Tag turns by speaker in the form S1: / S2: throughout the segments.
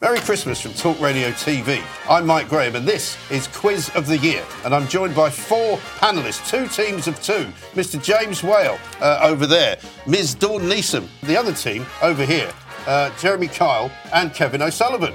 S1: Merry Christmas from Talk Radio TV. I'm Mike Graham, and this is Quiz of the Year. And I'm joined by four panelists, two teams of two. Mr. James Whale uh, over there, Ms. Dawn Neeson, the other team over here, uh, Jeremy Kyle, and Kevin O'Sullivan.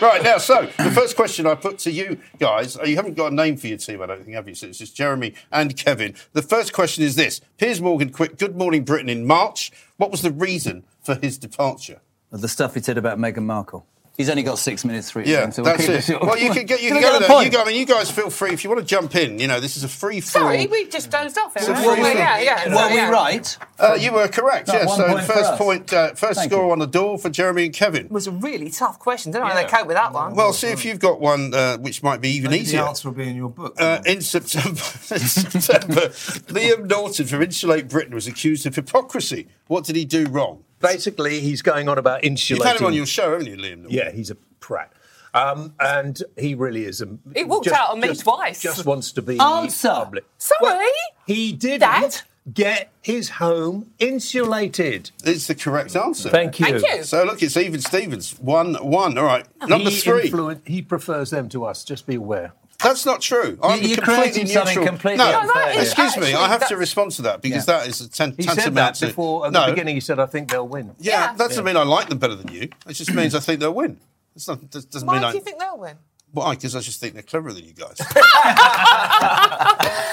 S1: Right now, so the first question I put to you guys, uh, you haven't got a name for your team, I don't think, have you? So it's just Jeremy and Kevin. The first question is this: Piers Morgan quit Good Morning Britain in March. What was the reason for his departure?
S2: The stuff he said about Meghan Markle. He's only got six minutes through.
S1: Yeah,
S2: so we'll
S1: that's
S2: keep
S1: it.
S2: short.
S1: Well, you can get you
S2: Can
S1: can go
S2: I get a
S1: there. You
S2: point?
S1: go. I mean, you guys feel free if you want to jump in. You know, this is a free for
S3: Sorry,
S1: all.
S3: we just dozed off.
S1: So
S3: everyone.
S1: what
S3: Well,
S1: we-
S3: yeah, yeah.
S2: Were we
S3: yeah.
S2: right?
S1: Uh, you were correct.
S2: No,
S1: Yeah.
S2: one
S1: So
S2: point for
S1: first
S2: us.
S1: point, uh, first
S2: Thank
S1: score
S2: you.
S1: on the door for Jeremy and Kevin.
S3: It was a really tough question, didn't I? They cope with that one.
S1: Well, see if you've got one uh, which might be even
S4: Maybe
S1: easier.
S4: The answer will be in your book.
S1: Uh, in September, in September, Liam Norton from Insulate Britain was accused of hypocrisy. What did he do wrong?
S5: Basically, he's going on about
S1: You've
S5: insulating.
S1: had him on your show, haven't you, Liam? Norton?
S5: Yeah, he's a prat. Um, and he really is a.
S3: He walked out on me
S5: just-
S3: twice.
S5: Just wants to be
S2: Answer.
S5: public.
S3: Sorry?
S5: he didn't
S3: Dad?
S5: get his home insulated.
S1: It's the correct answer.
S5: Thank you.
S3: Thank you.
S1: So look, it's even Stevens. One, one. All right.
S3: Oh,
S1: Number
S5: he
S1: three.
S5: influen- he prefers them to us. Just be aware.
S1: That's not true. I'm
S2: you're
S1: completely
S2: creating something
S1: neutral.
S2: completely
S1: no,
S2: No, that
S3: is
S1: excuse me.
S3: actually-
S1: I have to
S3: that's-
S1: respond to that because
S2: Yeah.
S1: that is a ten-
S5: He said
S1: tantamount to-
S5: that before. At
S1: no,
S5: the beginning, he said, "I think they'll win."
S1: Yeah,
S3: Yeah.
S1: that doesn't mean I like them better than you. It just means I think they'll win. It's not, that doesn't
S3: Why
S1: mean I.
S3: do you think they'll win?
S1: Why? Because I just think they're cleverer than you guys.
S3: That's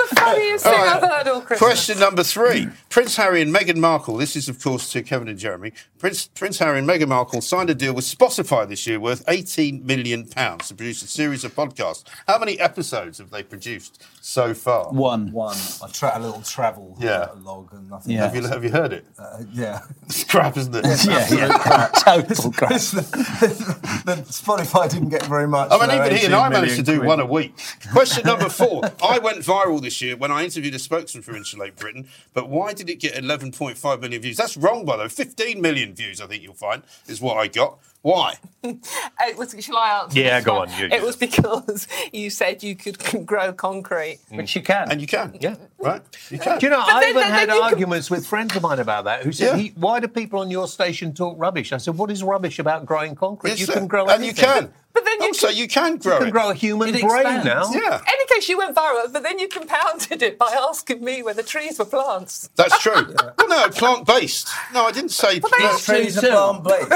S3: Oh, the funniest thing I've heard all Christmas.
S1: Question number three. Prince Harry and Meghan Markle, this is, of course, to Kevin and Jeremy. Prince, Prince Harry and Meghan Markle signed a deal with Spotify this year worth £18 million to produce a series of podcasts. How many episodes have they produced so far?
S2: One.
S4: one, I tra- a little travel
S1: Yeah.
S4: uh, log and nothing.
S2: Yeah.
S1: Have you, have you heard it?
S4: Uh, yeah.
S1: It's crap, isn't it?
S2: Yeah, yeah. Total crap.
S4: the Spotify didn't get very much.
S1: I
S4: for
S1: mean,
S4: their
S1: even he and
S4: 18
S1: I managed to
S4: million
S1: do
S4: quid.
S1: one a week. Question number four. I went viral this year when I interviewed a spokesman for Insulate Britain, but why did it get 11.5 million views? That's wrong, by the way. 15 million views, I think you'll find, is what I got. Why?
S3: Uh, It was, shall I answer?
S5: Yeah,
S3: this
S5: go
S3: one?
S5: on, you-
S3: It was because you said you could c- grow concrete.
S2: Which you can.
S1: And you can.
S5: Yeah.
S1: Right? You can.
S5: Do you know,
S3: But
S5: I
S3: then-
S5: even
S3: then-
S5: had
S3: then you can-
S5: arguments with friends of mine about that who
S1: Yeah.
S5: said, he, why do people on your station talk rubbish? I said, what is rubbish about growing concrete?
S1: Yes,
S5: you
S1: sir.
S5: can grow
S1: And
S5: anything.
S1: you can.
S3: But then you
S1: also,
S3: can-
S1: you can grow
S5: You
S1: it.
S5: can grow a human
S2: It
S5: brain
S2: expands.
S5: now.
S1: Yeah,
S3: In any case, you went viral, but then you compounded it by asking me whether trees were plants.
S1: that's true. Well, no, plant based. No, I didn't say.
S3: Well, they
S1: no,
S3: are true.
S4: Trees are palm blades.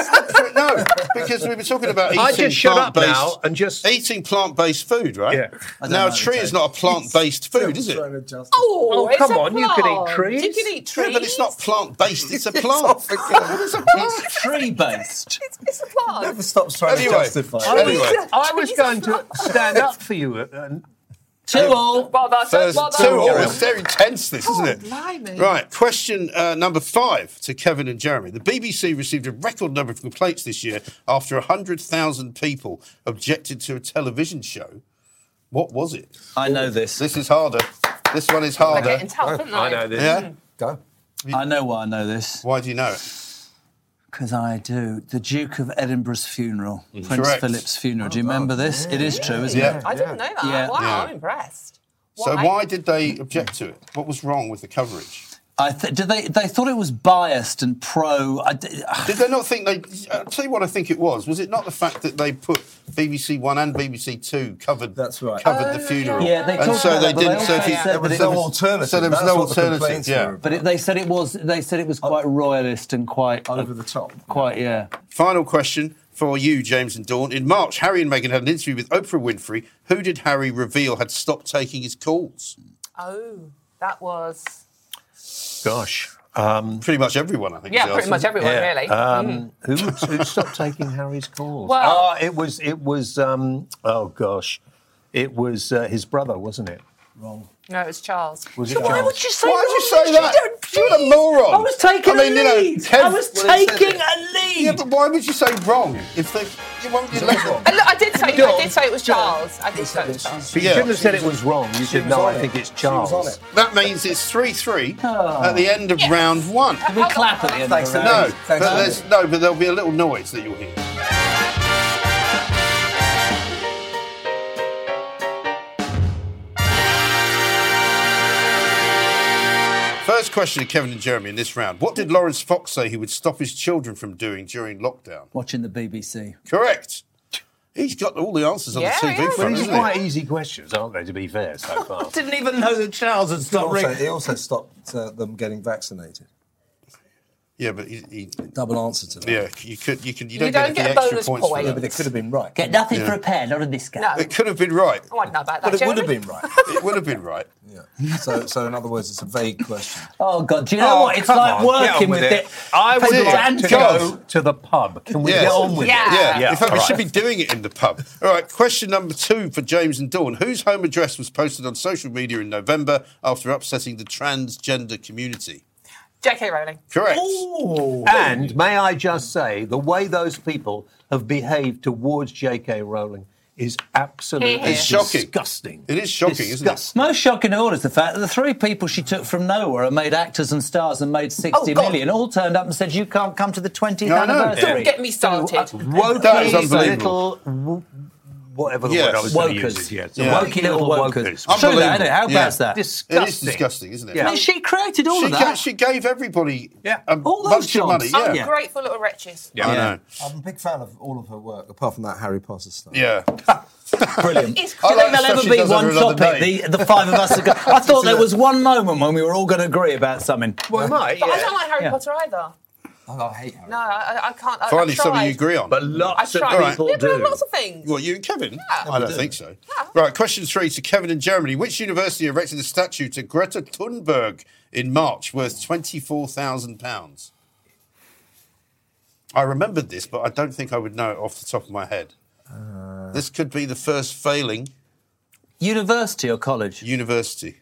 S1: no, because we were talking about eating
S5: I just shut up
S1: plant-based-
S5: now and just-
S1: eating plant-based food, right?
S5: Yeah.
S2: I don't
S1: Now,
S2: know
S1: a
S2: what
S1: tree
S2: it
S1: is not a plant-based food, is it?
S4: Trying to adjust it.
S3: Oh,
S5: Oh,
S3: it's
S5: come
S3: a
S5: on, you can eat
S3: plant.
S5: trees.
S3: You can eat trees.
S1: Yeah, but it's not plant-based. It's a
S4: It's
S1: plant. What is a plant?
S2: It's tree based.
S3: It's, it's a plant.
S4: Never stops trying
S1: Anyway.
S4: to justify. it.
S1: Anyway.
S5: I was going to stand up for you. uh, And
S2: Two all.
S3: Well, that's
S1: First,
S3: well,
S1: two all.
S3: that's- Oh,
S1: It's very tense, this, isn't it?
S3: blimey.
S1: Right, question uh, number five to Kevin and Jeremy. The BBC received a record number of complaints this year after 100,000 people objected to a television show. What was it?
S2: I know this.
S1: This is harder. This one is harder.
S3: Getting tough, isn't
S5: I
S3: it?
S5: know this.
S3: Mm.
S1: Yeah?
S4: Go.
S2: I know why I know this.
S1: Why do you know it?
S2: Because I do. The Duke of Edinburgh's funeral,
S4: Mm.
S2: Prince
S1: Correct.
S2: Philip's funeral. Do you remember this? It is true, isn't
S1: Yeah.
S2: it?
S3: I didn't know that.
S2: Yeah.
S3: Wow,
S1: Yeah.
S3: I'm impressed.
S1: So, why did they object to it? What was wrong with the coverage?
S2: I th- did they? They thought it was biased and pro. I d-
S1: Did they not think they. I'll tell you what I think it was. Was it not the fact that they put BBC One and BBC Two covered
S4: That's right.
S1: covered the funeral?
S2: Oh, Yeah, they
S1: And
S2: talked
S1: so
S2: about
S1: they
S2: that, but they
S1: didn't. So
S2: also
S1: if you-
S2: said
S4: There
S2: but
S4: was
S2: it
S4: no
S2: was-
S4: alternative.
S1: So there was
S4: That's
S1: no
S4: what the
S1: alternative.
S4: complaints
S1: Yeah.
S4: were
S2: But it, they said it was. They said it was
S1: Oh.
S2: quite royalist and quite
S4: Over the top.
S2: Quite yeah.
S1: Final question for you, James and Dawn. In March, Harry and Meghan had an interview with Oprah Winfrey. Who did Harry reveal had stopped taking his calls?
S3: Oh, that was.
S5: Gosh.
S1: Pretty much everyone, I think. is
S3: Yeah,
S1: the
S3: pretty
S1: answer.
S3: much everyone,
S5: Yeah.
S3: really. Hmm.
S5: Um, who, who stopped taking Harry's calls?
S3: Well-
S5: Ah, it was, it was, um, oh gosh, it was uh, his brother, wasn't it?
S4: Wrong.
S3: no, it was Charles.
S5: Was it
S3: so why
S5: Charles?
S3: would you say
S1: Why
S3: wrong?
S1: would you say that? You're a moron.
S2: I was taking
S1: I mean,
S2: a
S1: you know,
S2: lead.
S1: Kev-
S2: I was
S4: well, he said
S2: taking
S4: it.
S2: a lead.
S1: Yeah, but why would you say wrong if they? You won't you let them.
S3: And look, I did say
S5: John,
S3: I did say it was Charles. I did say it
S4: Said
S3: was
S4: it.
S3: Charles.
S4: She-
S5: But you
S1: Yeah.
S5: shouldn't have said it was wrong. You said,
S4: was
S5: no,
S4: on
S5: I
S4: it.
S5: think it's
S4: She was
S5: Charles.
S4: on it.
S1: That means it's three-three at the end of round one.
S2: We clap at the end.
S4: Thanks
S2: of the
S4: a
S2: round.
S1: No,
S4: Oh. Thanks,
S1: but
S4: Andy.
S1: there's, no, but there'll be a little noise that you'll hear. First question to Kevin and Jeremy in this round. What did Lawrence Fox say he would stop his children from doing during lockdown?
S2: Watching the BBC.
S1: Correct. He's got all the answers on
S3: Yeah,
S1: the TV
S3: yeah.
S5: Well,
S1: front,
S5: these are
S1: isn't he?
S5: quite easy questions, aren't they, to be fair, so far?
S6: Didn't even know that Charles had
S4: He
S6: stopped
S4: also,
S6: ringing.
S4: he also stopped uh, them getting vaccinated.
S1: Yeah, but he, he,
S4: Double answer to that.
S1: yeah, you could you could you
S3: You
S1: don't, get, the
S3: don't get
S1: extra
S3: bonus
S1: points
S3: points.
S1: for
S4: Yeah,
S1: that.
S4: but it could have been right.
S7: Get nothing prepared, not a discount.
S3: No.
S1: It could have been right.
S3: I wouldn't know about that.
S4: But it would have
S3: Jeremy.
S4: been right.
S1: It would have been right.
S4: Yeah. So, so in other words, it's a vague question.
S7: Oh God, do you know
S5: Oh,
S7: what? It's
S5: come
S7: like
S5: on, get
S7: working
S5: on
S7: with
S5: with
S7: it.
S5: it. I would
S1: Sit
S5: like to
S1: down.
S5: go to the pub. Can we
S1: Yes.
S5: get on with
S3: Yeah.
S5: it?
S1: Yeah.
S5: Yeah,
S1: In fact, we
S5: all
S1: should be
S5: right.
S1: doing it in the pub. All right. Question number two for James and Dawn. Whose home address was posted on social media in November after upsetting the transgender community?
S3: J.K. Rowling.
S1: Correct.
S5: And may I just say, the way those people have behaved towards J.K. Rowling is absolutely
S3: It's
S1: shocking.
S5: disgusting.
S1: It is shocking, isn't it?
S5: Disgusting.
S2: Most shocking of all is the fact that the three people she took from nowhere and made actors and stars and made sixty million
S3: Oh, God.
S2: all turned up and said, You can't come to the 20th
S1: No, I know.
S2: anniversary.
S3: Don't get me started.
S5: Uh, Woke
S1: That is unbelievable.
S5: little w- whatever the
S1: Yes.
S5: word I was going to use
S2: Wokers.
S5: is. Yes.
S1: Yeah.
S2: Wokey little wokers.
S1: Unbelievable.
S2: True that, isn't it? How
S1: Yeah.
S2: bad's that?
S1: It is
S5: Disgusting.
S1: disgusting, isn't it?
S5: Yeah.
S2: I mean, she created all
S1: She,
S2: of
S1: ga-
S2: that.
S1: she gave everybody
S5: Yeah.
S1: a
S2: All those
S1: bunch of money.
S2: jobs.
S1: Yeah.
S2: Yeah.
S3: Ungrateful little wretches.
S1: I
S2: Yeah.
S1: know.
S4: I'm a big fan of all of her work, apart from that Harry Potter stuff.
S1: Yeah.
S4: Brilliant.
S3: It's
S1: I
S2: Do you
S1: like
S2: think
S3: criminal.
S1: stuff
S2: there'll ever
S1: she
S2: be
S1: does
S2: one
S1: under another
S2: topic
S1: name.
S2: the, the five of us? Are go- I thought there
S4: that-
S2: was one moment when we were all going to agree about something.
S5: Well, might,
S3: But I
S5: yeah.
S3: don't like Harry
S2: Yeah.
S3: Potter either.
S4: Oh, I hate Harry.
S3: No, I, I- I can't. I,
S1: Finally,
S3: I've tried.
S1: something you agree on.
S5: But
S3: I've
S5: lots of
S3: tried.
S5: people
S3: People
S5: do.
S3: have lots of things.
S1: Well, you and Kevin? I don't think so. Right, question three to Kevin in Germany. Which university erected a statue to Greta Thunberg in March worth £24,000? I remembered this, but I don't think I would know it off the top of my head.
S4: Uh,
S1: this could be the first failing
S2: University or college?
S1: university.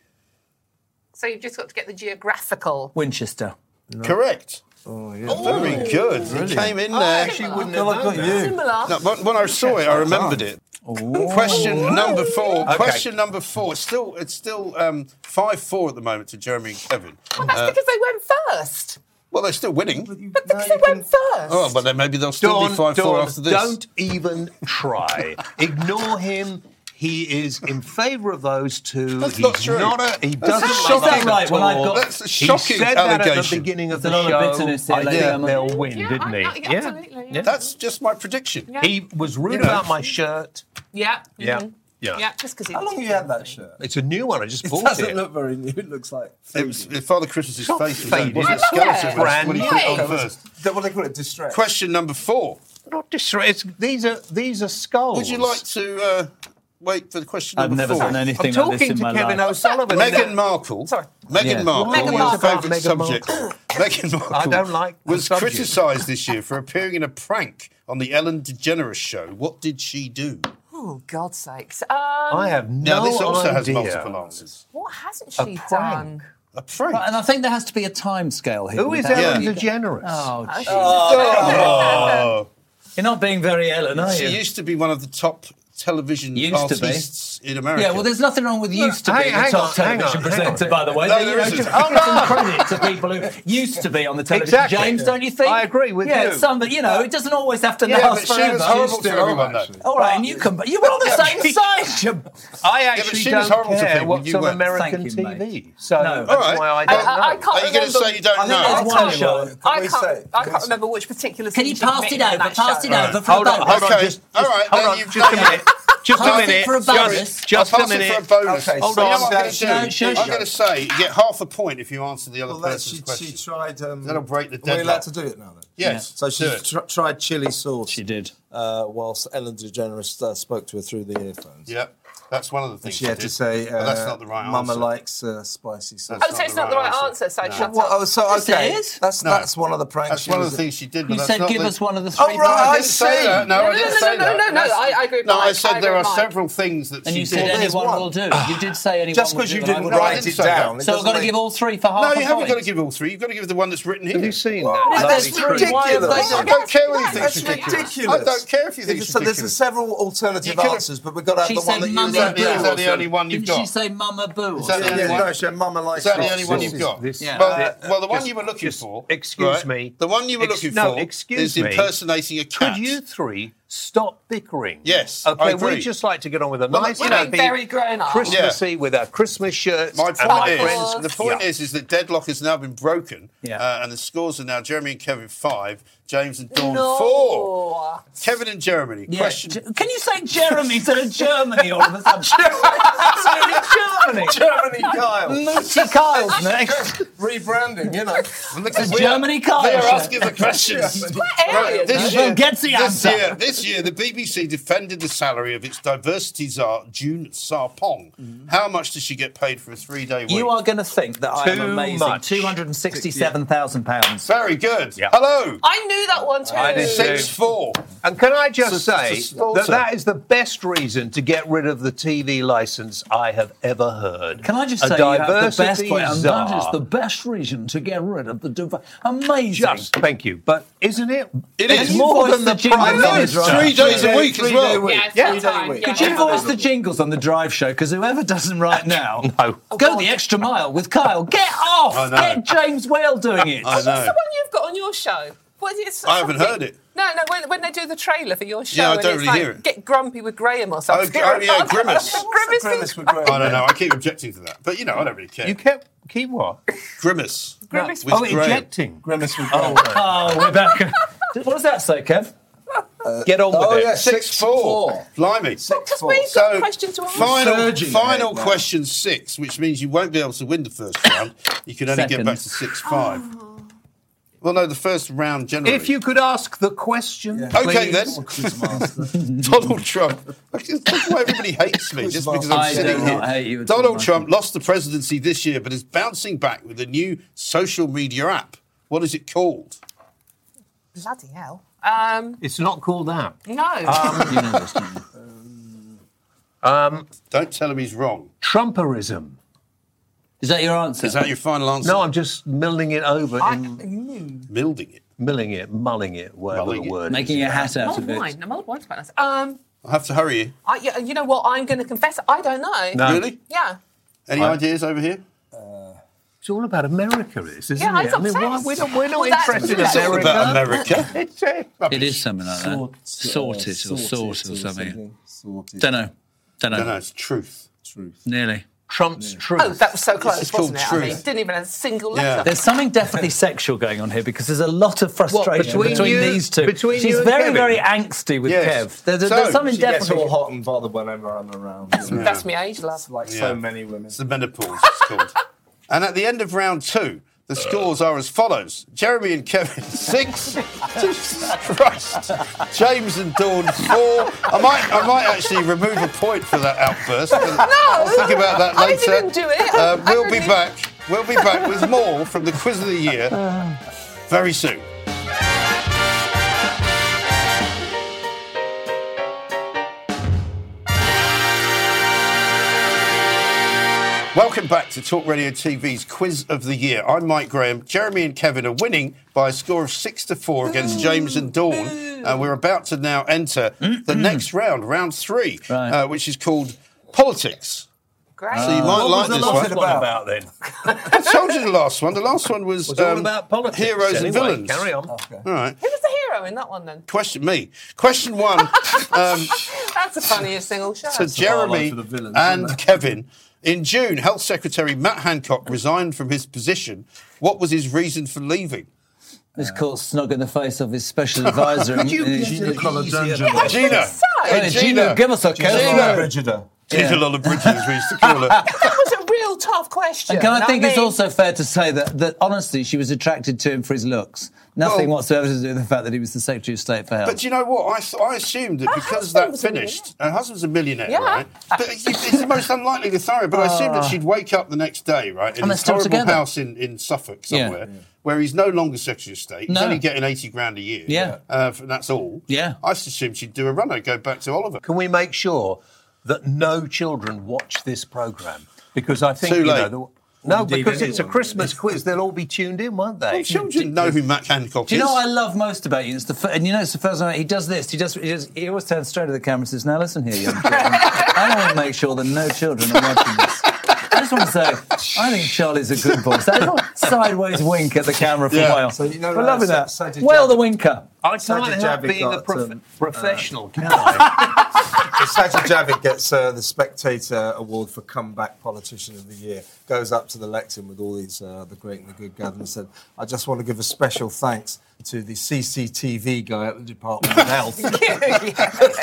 S3: So you've just got to get the geographical.
S2: Winchester.
S1: Correct.
S4: Oh, yeah.
S1: Very good. You came in there.
S3: actually
S5: wouldn't
S4: Well, I've got you.
S3: Similar.
S1: No, when, when I saw it, I remembered it.
S5: Oh.
S1: Question number four. Question number four. It's still, it's still um, five four at the moment to Jeremy and Kevin.
S3: That's because they went first.
S1: Well, they're still winning.
S4: You-
S3: But
S4: no,
S3: because
S4: you
S3: they went
S4: can-
S3: first.
S1: Oh, but then maybe they'll still
S5: Dawn,
S1: be five four
S5: Dawn,
S1: after this.
S5: Don't even try. Ignore him. He is in favour of those two.
S1: That's
S5: He's
S1: not true.
S5: a, he
S1: That's
S5: doesn't
S1: a
S5: like
S1: shocking-
S5: them at
S2: Right, when I've
S5: all.
S2: got-
S1: That's a
S5: he
S1: shocking
S5: said That at the
S1: allegation.
S5: beginning of
S2: There's
S5: the
S2: a lot of
S5: show.
S2: bitterness here,
S5: I
S2: lady,
S5: think
S2: I'm-
S5: they'll win,
S3: Yeah,
S5: didn't
S3: I-
S5: he?
S3: no, yeah, absolutely, yeah.
S1: That's just my prediction.
S5: He was rude
S1: know.
S5: about my shirt.
S3: Yeah.
S5: Yeah.
S3: mhm.
S5: Yeah.
S3: Yeah. Just because.
S4: How long have you had that shirt?
S5: It's a new one. I just
S4: It
S5: bought
S4: doesn't
S5: it.
S4: look very new. It looks like.
S1: It was, Father Christmas's
S5: not
S1: face was,
S5: faded.
S1: was
S5: I
S1: a
S5: love
S1: skeleton
S3: it.
S1: when- when he put it on
S3: Brand new.
S1: first.
S4: What do they call it? Distress.
S1: Question number four.
S5: Not destroy. It's, these are these are skulls.
S1: Would you like to uh, wait for the question
S2: I've
S1: number
S2: never
S1: four?
S2: done anything
S5: I'm
S2: like this
S5: talking
S2: in
S5: to
S2: my
S5: Kevin
S2: life.
S5: O'Sullivan.
S1: Meghan Markle.
S3: Sorry.
S1: Meghan
S2: Yeah.
S1: Markle,
S3: Meghan
S1: always a
S3: Markle.
S1: favourite
S5: Meghan
S1: subject.
S5: Markle.
S1: Meghan Markle.
S5: I don't like the
S1: Was
S5: subject.
S1: criticised this year for appearing in a prank on the Ellen DeGeneres show. What did she do?
S3: Oh, God's sakes. Um,
S5: I have
S1: Now
S5: no
S1: this also
S5: idea.
S1: has multiple answers.
S3: what hasn't she
S5: prank.
S3: done?
S1: A prank.
S2: Right, and I think there has to be a time scale here.
S5: Who is
S2: without-
S5: Ellen
S1: Yeah.
S5: DeGeneres?
S2: Oh, gee.
S1: Oh.
S2: You're not being very Ellen, are
S1: She
S2: you?
S1: used to be one of the top television
S2: Used to be.
S1: artists in America.
S2: yeah, well, there's nothing wrong with used to
S5: Hang-
S2: be the
S5: hang
S2: top
S5: on, hang
S2: television
S5: on, hang
S2: presenter,
S5: on.
S2: by the way.
S1: No,
S2: You
S1: there
S2: know,
S1: isn't.
S2: just give some credit to people who used to be on the television.
S5: Exactly.
S2: James, don't you think?
S5: I agree with
S2: yeah,
S5: you.
S2: it's Some, but, you know, it doesn't always have to
S1: Yeah, but
S2: last
S1: she
S2: forever.
S1: was horrible
S4: She's
S1: to
S4: still
S1: everyone,
S4: alive, actually.
S1: though.
S2: All right, and you come back. You were on the same side. you-
S5: I
S1: but
S5: actually
S1: she was
S5: don't
S1: horrible to
S5: care
S1: people,
S5: what's
S1: you
S5: on
S1: weren't.
S5: American
S2: Thank you,
S5: TV.
S2: mate.
S5: So
S2: No.
S5: that's
S1: All right.
S5: why I
S1: I-
S5: don't
S3: I-
S5: know.
S3: I can't
S1: Are you going to
S3: remember-
S1: say you don't
S4: I think
S1: know?
S4: there's
S2: That's
S4: one
S2: one show.
S4: Can
S3: I
S4: we
S3: can't.
S4: say-
S3: I
S4: can
S3: can't
S4: we
S3: remember which particular.
S2: Can
S3: thing
S2: you
S3: she
S2: pass it
S3: committed on
S2: over?
S3: that
S2: Pass
S3: show.
S2: it over for a
S5: Hold on,
S2: bonus.
S5: hold on,
S1: Okay,
S5: just,
S1: all
S5: just-
S1: right,
S5: hold
S1: then
S5: on,
S1: you've
S5: just a
S1: done
S5: minute. Just a
S2: Pass it
S5: minute.
S2: for a bonus.
S5: Just, just
S1: I'll
S5: a
S1: pass
S5: minute.
S1: it for a bonus.
S4: Okay,
S5: Hold
S1: so
S5: on.
S1: You know what I'm going to
S4: Shush,
S1: do?
S2: shush,
S1: I'm
S2: shush.
S1: going to say you get half a point if you answer the other
S4: Well, that,
S1: person's
S4: she,
S1: question.
S4: she tried. Um,
S1: That'll break the
S4: Are we
S1: deadlock.
S4: allowed to do it now then?
S1: Yes,
S4: So she
S1: do it.
S4: tr- tried chili sauce.
S2: She did.
S4: Uh, whilst Ellen DeGeneres uh, spoke to her through the earphones.
S1: Yeah, that's one of the things.
S4: She had
S1: did.
S4: to say,
S1: But
S4: uh,
S1: that's not the right
S4: "Mama
S1: answer.
S4: likes uh, spicy sauce."
S3: Oh, so it's not the right answer. So shut
S4: Well, oh,
S3: up.
S4: so
S2: Yes, it
S4: okay,
S2: is.
S4: that's
S1: No.
S4: that's one of the pranks.
S1: That's
S4: she
S1: one of
S4: was-
S1: the things she did. but
S2: You
S1: that's
S2: said
S1: not
S2: give
S1: the-
S2: us one of the three.
S4: Oh, right,
S1: I
S4: I
S1: didn't say
S4: see.
S1: that. No, I
S3: No, no,
S1: didn't
S3: no,
S1: say
S3: no,
S1: that.
S3: no, no, no,
S1: That's-
S3: I- I agree with
S1: No, I
S3: Mike. I
S1: said there
S3: agree
S1: are
S3: with Mike.
S1: several things that
S2: And
S1: she
S2: you said
S1: did.
S4: there's
S2: anyone
S4: one.
S2: will do. You did say anyone
S4: Just
S2: will
S4: because
S2: do,
S4: you
S2: and I
S4: didn't
S2: would
S1: No, I
S4: write
S2: like
S1: didn't
S4: it
S1: say that.
S4: down. it
S2: So I've got to
S4: doesn't
S2: give
S4: mean-
S2: all three for half
S1: No,
S2: a
S1: you haven't got to
S2: point.
S1: give all three. You've got to give the one that's written here.
S5: Have you seen
S4: Well,
S5: that?
S4: that's
S5: lovely
S4: ridiculous.
S5: creature?
S4: ridiculous.
S1: I don't care what you think
S4: That's
S1: is ridiculous.
S4: ridiculous.
S1: I don't care if you think it's
S4: so
S1: ridiculous.
S4: there's several
S1: You
S4: alternative
S1: could've-
S4: answers, but we've got to have
S2: She
S4: the one
S2: said
S4: that you
S2: mummy
S1: that
S4: left
S1: the- is
S4: out.
S1: that the only one you've
S2: Didn't she
S1: got?
S2: say Mama Boo? or
S1: Is that the
S2: something?
S1: only
S4: Yeah,
S1: one?
S4: no, she had mama likes
S1: Is that the
S4: sauce.
S1: only one
S5: This
S1: you've
S5: is-
S1: got?
S5: this-
S2: Yeah.
S1: Well,
S5: Uh,
S1: well, the one
S5: just-
S1: you were looking
S5: just
S1: for.
S5: excuse
S1: right,
S5: me.
S1: The one you were
S5: Ex-
S1: looking
S5: no,
S1: for
S5: excuse
S1: is
S5: me.
S1: impersonating a cat.
S5: Could you three Stop bickering.
S1: Yes, I
S5: Okay,
S1: agree.
S5: we just like to get on with a
S1: Well,
S5: nice,
S1: you know,
S5: happy
S3: very grown up.
S5: Christmassy with our Christmas shirts.
S1: My
S5: and
S1: point
S5: our
S1: is,
S5: friends.
S1: the point
S5: Yeah.
S1: is, is that deadlock has now been broken,
S2: Yeah.
S1: uh, and the scores are now Jeremy and Kevin five, James and Dawn
S3: No.
S1: four. Kevin and Germany.
S2: Yeah,
S1: Question.
S2: Ge- Can you say Jeremy instead of Germany all of a sudden? Absolutely Germany.
S5: Germany, Kyle.
S2: Lucy Kyle's next.
S4: Rebranding, you know.
S2: It's Germany Kyle.
S1: They are asking the questions.
S3: area,
S1: this
S2: though. Well, get the
S1: this
S2: answer.
S1: year, this year, the BBC defended the salary of its diversity czar, June Sarpong. How much does she get paid for a three-day week?
S2: Mm-hmm. You are going to think that I am
S5: Too
S2: amazing.
S5: much.
S2: Two hundred and sixty-seven thousand pounds.
S1: very good.
S5: Yeah.
S1: Hello,
S3: I knew that one too.
S5: I did too.
S1: six four.
S5: And can I just
S1: S-
S5: say
S1: s- slaughter.
S5: that that is the best reason to get rid of the TV license I have ever heard.
S2: Can I just
S5: A
S2: say you have the best
S5: diversity
S2: way, and that is
S5: czar.
S2: the best reason to get rid of the div- amazing.
S5: Just thank you, but isn't it?
S1: It
S5: it's
S1: is.
S5: more
S2: You
S5: than the
S2: voiced the
S5: prime
S2: jingle bells,
S5: minister.
S2: right?
S1: Three days a week as
S4: Three day
S1: well.
S4: week.
S6: Yeah, it's
S4: Yeah.
S6: full time.
S4: Could
S6: Yeah.
S2: Could you voice the jingles on the drive show? Because whoever doesn't right now,
S5: No.
S2: go the extra mile with Kyle. Get
S1: I
S2: off.
S1: know.
S2: Get James Whale doing it.
S1: I
S3: What's
S1: know.
S3: the one you've got on your show? What is
S1: I haven't
S3: something-
S1: heard it.
S3: No, no. When, when they do the trailer for your show,
S1: Yeah, I
S3: and
S1: don't
S3: it's
S1: really
S3: like,
S1: hear it.
S3: Get grumpy with Graham or something.
S1: oh, yeah, Grimace.
S3: grimace.
S4: Grimace
S3: Grimace.
S4: with Graham.
S1: I don't know. I keep objecting to that, but you know, I don't really care.
S5: You kept keep what?
S1: Grimace.
S3: Grimace.
S1: With
S5: oh,
S1: Graham.
S5: ejecting.
S4: Grimace with Graham.
S2: Oh, Rebecca. what does that say, Kev?
S1: Uh,
S5: Get on with
S4: oh,
S5: it.
S4: yes.
S1: Six four.
S4: Four.
S1: Blimey.
S3: Because we've got a question to ask.
S1: final,
S4: Surging
S1: final
S4: ahead now.
S1: question six, which means you won't be able to win the first round. You can only get
S2: Second.
S1: back to six five.
S3: Oh.
S1: Well, no, the first round generally.
S5: If you could ask the question,
S1: okay then,
S4: Quiz master.
S1: Donald Trump. Look, That's why everybody hates me just because I'm
S2: I do
S1: sitting here.
S2: not hate you at all,
S1: Donald
S2: Michael.
S1: Trump lost the presidency this year, but is bouncing back with a new social media app. What is it called?
S3: Bloody hell. Um,
S5: it's not called that.
S3: no.
S2: You know this, don't you?
S1: Don't tell him he's wrong.
S5: Trumperism.
S2: Is that your answer?
S1: Is that your final answer?
S5: No, I'm just milling it over,
S3: I,
S5: in,
S3: mm,
S1: building it.
S5: milling it, mulling it, whatever
S1: Mulling it.
S5: the word. is.
S2: Making a hat out
S5: Oh,
S3: mulled
S2: of it.
S3: wine. No, mulled wine's quite nice. Um,
S1: I have to hurry you.
S3: I, yeah, you know what? I'm going to confess. I don't know.
S5: No.
S1: Really?
S3: Yeah.
S1: Any ideas over here?
S5: It's all about America, this, isn't
S3: Yeah, I
S5: it?
S3: was
S5: I mean, why,
S3: obsessed.
S5: we don't, we're not
S3: Well, that's
S5: interested in
S3: It's all
S5: America.
S1: about America.
S5: It's, uh,
S2: It is something like that.
S4: Sort-
S2: sort
S4: uh,
S2: it or sort or something.
S4: Sort it.
S2: Don't know. Don't know.
S1: No, no, it's truth.
S4: Truth.
S2: Nearly.
S5: Trump's truth.
S3: Oh, that was so close,
S1: It's called
S3: wasn't it? I mean,
S1: truth.
S3: didn't even have a single
S1: Yeah.
S3: letter.
S2: There's something definitely sexual going on here because there's a lot of frustration
S5: between
S2: between,
S5: you-
S2: these two.
S5: between
S2: She's
S5: you and
S2: very,
S5: Kevin?
S2: very angsty with
S1: Yes.
S2: Kev. There's,
S1: So,
S2: there's something
S1: she
S4: Gets
S2: definitely.
S4: all hot and bothered whenever I'm around. you know.
S3: That's me age, love.
S4: Like
S1: Yeah.
S4: so many women.
S1: It's the menopause, it's called. And at the end of round two, the scores are as follows Jeremy and Kevin, six. Jesus Christ. James and Dawn, four. I might, I might actually remove a point for that outburst. but I'll think about that
S3: I
S1: later.
S3: didn't do it.
S1: Uh,
S3: I
S1: we'll be
S3: really-
S1: back. We'll be back with more from the quiz of the year
S3: Uh.
S1: very soon. Welcome back to Talk Radio TV's Quiz of the Year. I'm Mike Graham. Jeremy and Kevin are winning by a score of six to four against James and Dawn, and we're about to now enter the
S3: Mm-hmm.
S1: next round, round three,
S2: Right.
S1: uh, which is called politics.
S3: Great.
S1: So you might like
S5: What was
S1: this
S5: the last
S1: one.
S5: one about then?
S1: I told you the last one. The last one was,
S5: It's all
S1: um,
S5: about politics.
S1: heroes and
S5: anyway.
S1: villains.
S5: Carry on.
S1: All right.
S3: Who was the hero in that one then?
S1: Question me. Question one um,
S3: That's the funniest single show.
S1: to Jeremy
S4: for the villains,
S1: and Kevin. In June, Health Secretary Matt Hancock resigned from his position. What was his reason for leaving?
S2: It's called snug in the face of his special advisor. Could
S5: you get it?
S1: Gina.
S3: So,
S1: Hey,
S2: Gina, give us a kiss.
S1: Gina.
S4: Brigida.
S1: Gina Lollobrigida, as we used to call her.
S3: that was a real tough question.
S2: Can I
S3: That
S2: think it's
S3: means-
S2: also fair to say that, that honestly, she was attracted to him for his looks. Nothing
S1: Well-
S2: whatsoever to do with the fact that he was the Secretary of State for Health.
S1: But do you know what? I, th- I assumed that
S3: Her
S1: because
S3: husband
S1: that
S3: was a
S1: finished, her husband's a millionaire,
S3: Yeah. Ah.
S1: right? But it- it's the most unlikely scenario. But I assumed that she'd wake up the next day, right, in
S2: And they're
S1: his
S2: still
S1: horrible
S2: together.
S1: house in, in Suffolk
S2: Yeah.
S1: somewhere, where he's no longer Secretary of State. He's
S2: No.
S1: only getting 80 grand a year.
S2: Yeah.
S1: Uh, and that's all.
S2: Yeah.
S1: I assumed she'd do a runner, go back to Oliver.
S5: Can we make sure that no children watch this program? Because I think
S1: Too
S5: you know.
S1: late.
S5: The, no, because it's a Christmas quiz. They'll all be tuned in, won't they?
S1: Well, children know who Matt Hancock
S2: Do you know
S1: is.
S2: what I love most about you? It's the fir- and you know it's the first time he does this. He does. He, does, he always turns straight to the camera and says, "Now listen here, young children. I want to make sure that no children are watching this." I just just want to say, I think Charlie's a good voice. That little sideways wink at the camera for
S1: Yeah.
S2: a while.
S4: So, you know,
S2: I'm
S4: uh,
S2: loving
S4: so-
S2: that.
S4: so did
S2: well,
S4: Jack.
S2: the winker.
S5: I can't
S4: Sajid
S5: help
S4: Javid
S5: being a
S4: got,
S5: prof-
S4: um,
S5: professional, can I?
S4: Sajid Javid gets uh, the Spectator Award for Comeback Politician of the Year. Goes up to the Lexington with all these uh, the great and the good gathered and said, "I just want to give a special thanks to the CCTV guy at the Department of Health."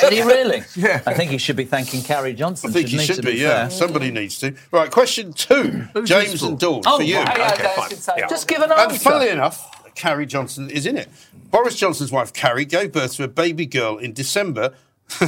S2: Did he really? yeah. I think he should be thanking Carrie Johnson.
S1: I think you
S2: shouldn't
S1: should
S2: to
S1: be, yeah.
S2: fair.
S1: Somebody needs to. Right, question two, James and Dawn, for you.
S3: Oh, yeah,
S1: Okay,
S3: that's
S1: fine.
S3: inside.
S2: Just give an
S1: And
S2: answer.
S1: funnily enough, Carrie Johnson is in it. Boris Johnson's wife, Carrie, gave birth to a baby girl in December.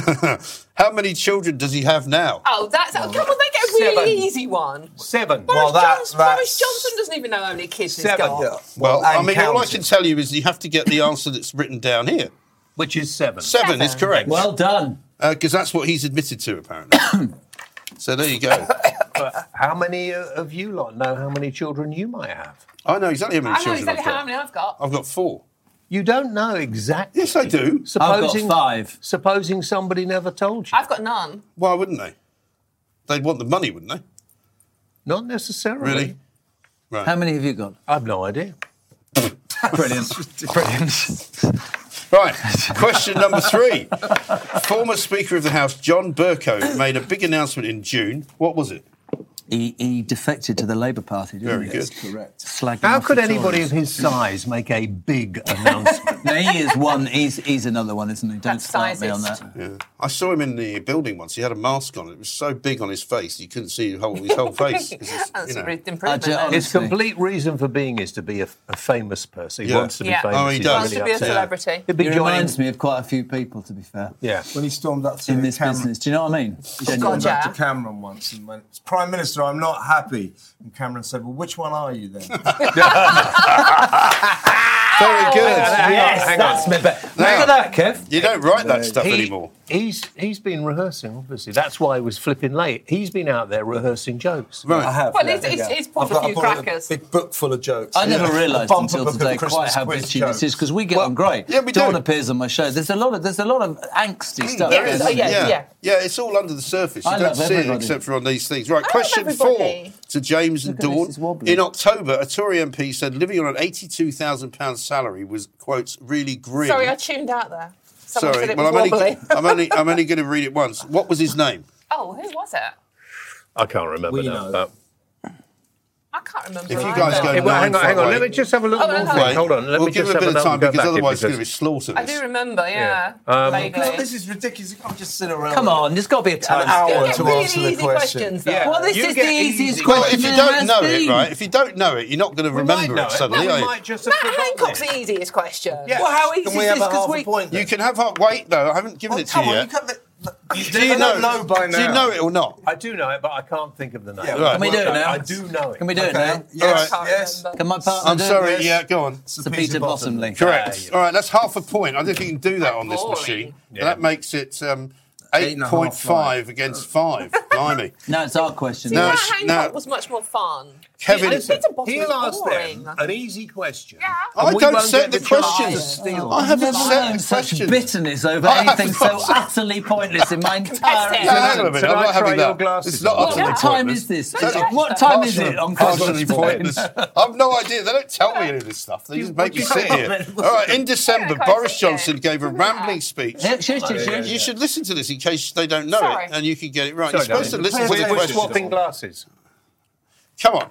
S1: How many children does he have now?
S3: Oh, that's oh, come on, they get a really
S5: Seven.
S3: easy one.
S5: Seven.
S3: Boris,
S4: Well, that-
S3: Johnson,
S4: that's-
S3: Boris Johnson doesn't even know how many kids he's
S5: Seven,
S3: got.
S4: Yeah.
S1: Well, I
S4: and
S1: mean, all I
S4: counting.
S1: can tell you is you have to get the answer that's written down here.
S5: which is seven.
S1: Seven, is correct.
S2: Well done.
S1: because that's what he's admitted to, apparently. so there you go.
S5: How many uh, of you lot know how many children you might have?
S1: I know exactly how many
S3: I know
S1: children
S3: exactly
S1: I've got.
S3: how many I've got.
S1: I've got four.
S5: You don't know exactly.
S1: Yes, I do.
S2: I've
S5: Supposing,
S2: got five.
S5: supposing somebody never told you.
S3: I've got none.
S1: Why wouldn't they? They'd want the money, wouldn't they?
S5: Not necessarily.
S1: Really?
S2: How many have you got?
S5: I've no idea.
S2: Brilliant. Brilliant.
S1: Right. Question number three. Former Speaker of the House John Burko made a big announcement in June. What was it?
S2: He, he defected to the Labour Party, didn't
S1: Very
S2: he?
S1: good.
S4: Correct.
S2: Slagging
S5: How
S2: off
S5: could
S2: the
S5: anybody
S2: Tories.
S5: of his size make a big announcement?
S2: No, he is one. He's he's another one, isn't he? Don't
S3: That's
S2: start me on
S3: sizist.
S2: that.
S1: Yeah. I saw him in the building once. He had a mask on. It was so big on his face you couldn't see his whole, his whole face. 'cause it's,
S3: That's
S1: you know.
S3: a great improvement.
S2: I
S3: then.
S2: don't-
S5: his complete reason for being is to be a, a famous person. He
S1: Yeah.
S5: wants to be
S3: Yeah.
S5: famous.
S1: Oh, he
S5: He's
S1: does.
S3: Wants to be a
S5: upset.
S3: celebrity.
S5: He'd
S2: He
S5: be joining.
S2: reminds me of quite a few people, to be fair.
S5: Yeah.
S4: When he stormed up to
S2: In
S4: the
S2: this
S4: camera,
S2: business, do you know what I mean? Genuinely.
S4: stormed up
S3: yeah.
S4: to Cameron once and went, "Prime Minister, I'm not happy." And Cameron said, "Well, which one are you then?"
S1: Very good.
S5: Yes, that's me.
S1: Now-
S2: Look at that, Kev.
S1: You don't write that stuff
S5: He-
S1: anymore.
S5: He's he's been rehearsing, obviously. That's why he was flipping late. He's been out there rehearsing jokes.
S1: Right.
S4: I have.
S3: Well,
S4: yeah,
S3: he's- he's-
S4: yeah.
S3: he's pulled
S4: I've
S3: a
S4: got-
S3: few
S4: I've got
S3: crackers.
S4: A big book full of jokes.
S2: I never
S4: Yeah.
S2: realised
S4: A bumper
S2: until
S4: book of
S2: today quite
S4: Christmas
S2: how
S4: quiz
S2: bitchy this is
S4: jokes.
S2: because we get on great.
S1: yeah, we
S2: Dawn
S1: do.
S2: appears on my show. There's a lot of there's a lot of angsty stuff.
S3: There is,
S2: isn't
S3: Oh, yeah,
S2: there?
S1: yeah.
S3: yeah.
S1: Yeah, it's all under the surface. You
S2: I
S1: don't
S2: love
S1: see it
S2: everybody.
S1: except for on these things. Right, question
S3: everybody.
S1: four to James and
S2: Look at this,
S1: Dawn.
S2: it's wobbly.
S1: In October, a Tory MP said living on an £82,000 salary was, quotes, really grim.
S3: Sorry, I tuned out there. Someone said it was
S1: well, I'm
S3: wobbly.
S1: only, I'm only I'm only going to read it once. What was his name?
S3: oh, who was it?
S5: I can't remember
S4: We
S5: now.
S4: know.
S5: but-
S3: I can't remember.
S1: If you
S3: either.
S1: guys go
S5: Hey, well, hang on, hang on.
S1: Wait.
S5: Let me just have a little
S3: Oh,
S5: more
S3: hang on.
S5: thing. Hold on. Let
S1: we'll
S5: me
S1: give him a
S5: just have
S1: bit of
S5: another
S1: time
S5: go
S1: because
S5: back here
S1: otherwise it's going to be
S5: because-
S1: slaughter.
S3: I do
S1: this.
S3: remember, yeah.
S5: Yeah. Um,
S3: Vaguely.
S4: God, this is ridiculous. You can't just sit around.
S2: Come on, there's got to be a
S4: An
S2: time.
S4: hour
S3: Yeah,
S4: to
S3: really
S4: answer the
S3: easy
S4: question.
S3: questions, though.
S5: Yeah.
S2: Well, this
S5: You
S2: is
S5: get
S2: the
S5: easy
S2: easiest
S5: questions.
S1: Well,
S2: question.
S1: if you
S2: there
S1: don't
S2: has
S1: know it,
S2: been.
S1: right? If you don't know it, you're not going to
S5: We might
S1: remember
S5: know
S1: it suddenly.
S5: Well, we
S1: are you?
S5: might just have
S3: Matt
S5: forgotten
S3: Hancock's
S5: it.
S3: the easiest question.
S5: Yes.
S2: Well, how easy
S4: Can
S2: is
S4: we have
S2: this?
S4: a half
S2: Because
S4: a
S2: we.
S4: point?
S1: You can have half. Wait though, I haven't given
S4: Well,
S1: it to
S4: come
S1: you
S4: on, you
S1: yet.
S4: can't. be- You
S1: Do you
S4: never
S1: know?
S4: know by now.
S1: Do you know it or not?
S5: I do know it, but I can't think of the name.
S4: Yeah,
S1: Right.
S2: Can we do it now?
S5: I do know it.
S2: Can we do it
S4: Okay.
S2: now?
S4: Yes.
S3: Can't
S4: Yes.
S3: remember.
S2: Can my partner?
S1: I'm
S2: do it?
S1: sorry. Yeah, go on.
S4: It's
S2: To Peter Bottomley.
S1: Correct.
S5: Yeah,
S1: All right, that's half a point. I don't think you can do that on this
S3: Boring.
S1: machine.
S5: Yeah.
S1: That makes it um,
S4: Eight and a half
S1: 8.5 against 5. Blimey.
S2: No, it's our question.
S1: No,
S3: Matt
S1: sh-
S3: Hancock
S1: no.
S3: was much more fun.
S1: Kevin-
S3: Peter
S1: Listen,
S3: Bottomley's
S5: He'll ask
S3: boring.
S5: them an easy question.
S3: Yeah.
S5: and
S1: I
S5: we
S1: don't
S5: won't
S1: set
S5: get
S1: the
S5: chance to
S1: questions.
S5: steal.
S1: I haven't
S2: Never
S1: set
S2: known
S1: the
S2: such
S1: question.
S2: bitterness over
S1: I have
S2: anything
S1: not.
S2: so utterly pointless in my entire
S3: Competitive.
S1: No,
S2: existence.
S1: hang on a minute.
S5: Should
S1: I'm not
S5: I try
S1: having
S5: your
S1: that.
S5: glasses
S1: It's not
S5: on?
S1: utterly
S2: What time is this?
S1: pointless.
S3: It's-
S2: What time is it on
S1: Partially
S2: Christmas Day?
S1: pointless. I've no idea. They don't tell me any of this stuff. They just make me sit here. All right. In December,
S3: Yeah,
S1: Boris
S3: quite-
S1: Johnson gave a rambling speech.
S2: Yeah, shush, shush, shush.
S1: You should listen to this in case they don't know
S3: Sorry.
S1: it, and you can get it right.
S5: Sorry,
S1: You're supposed to
S5: darling.
S1: listen to
S5: We're-
S1: the
S5: We're
S1: question.
S5: swapping glasses.
S1: Come on.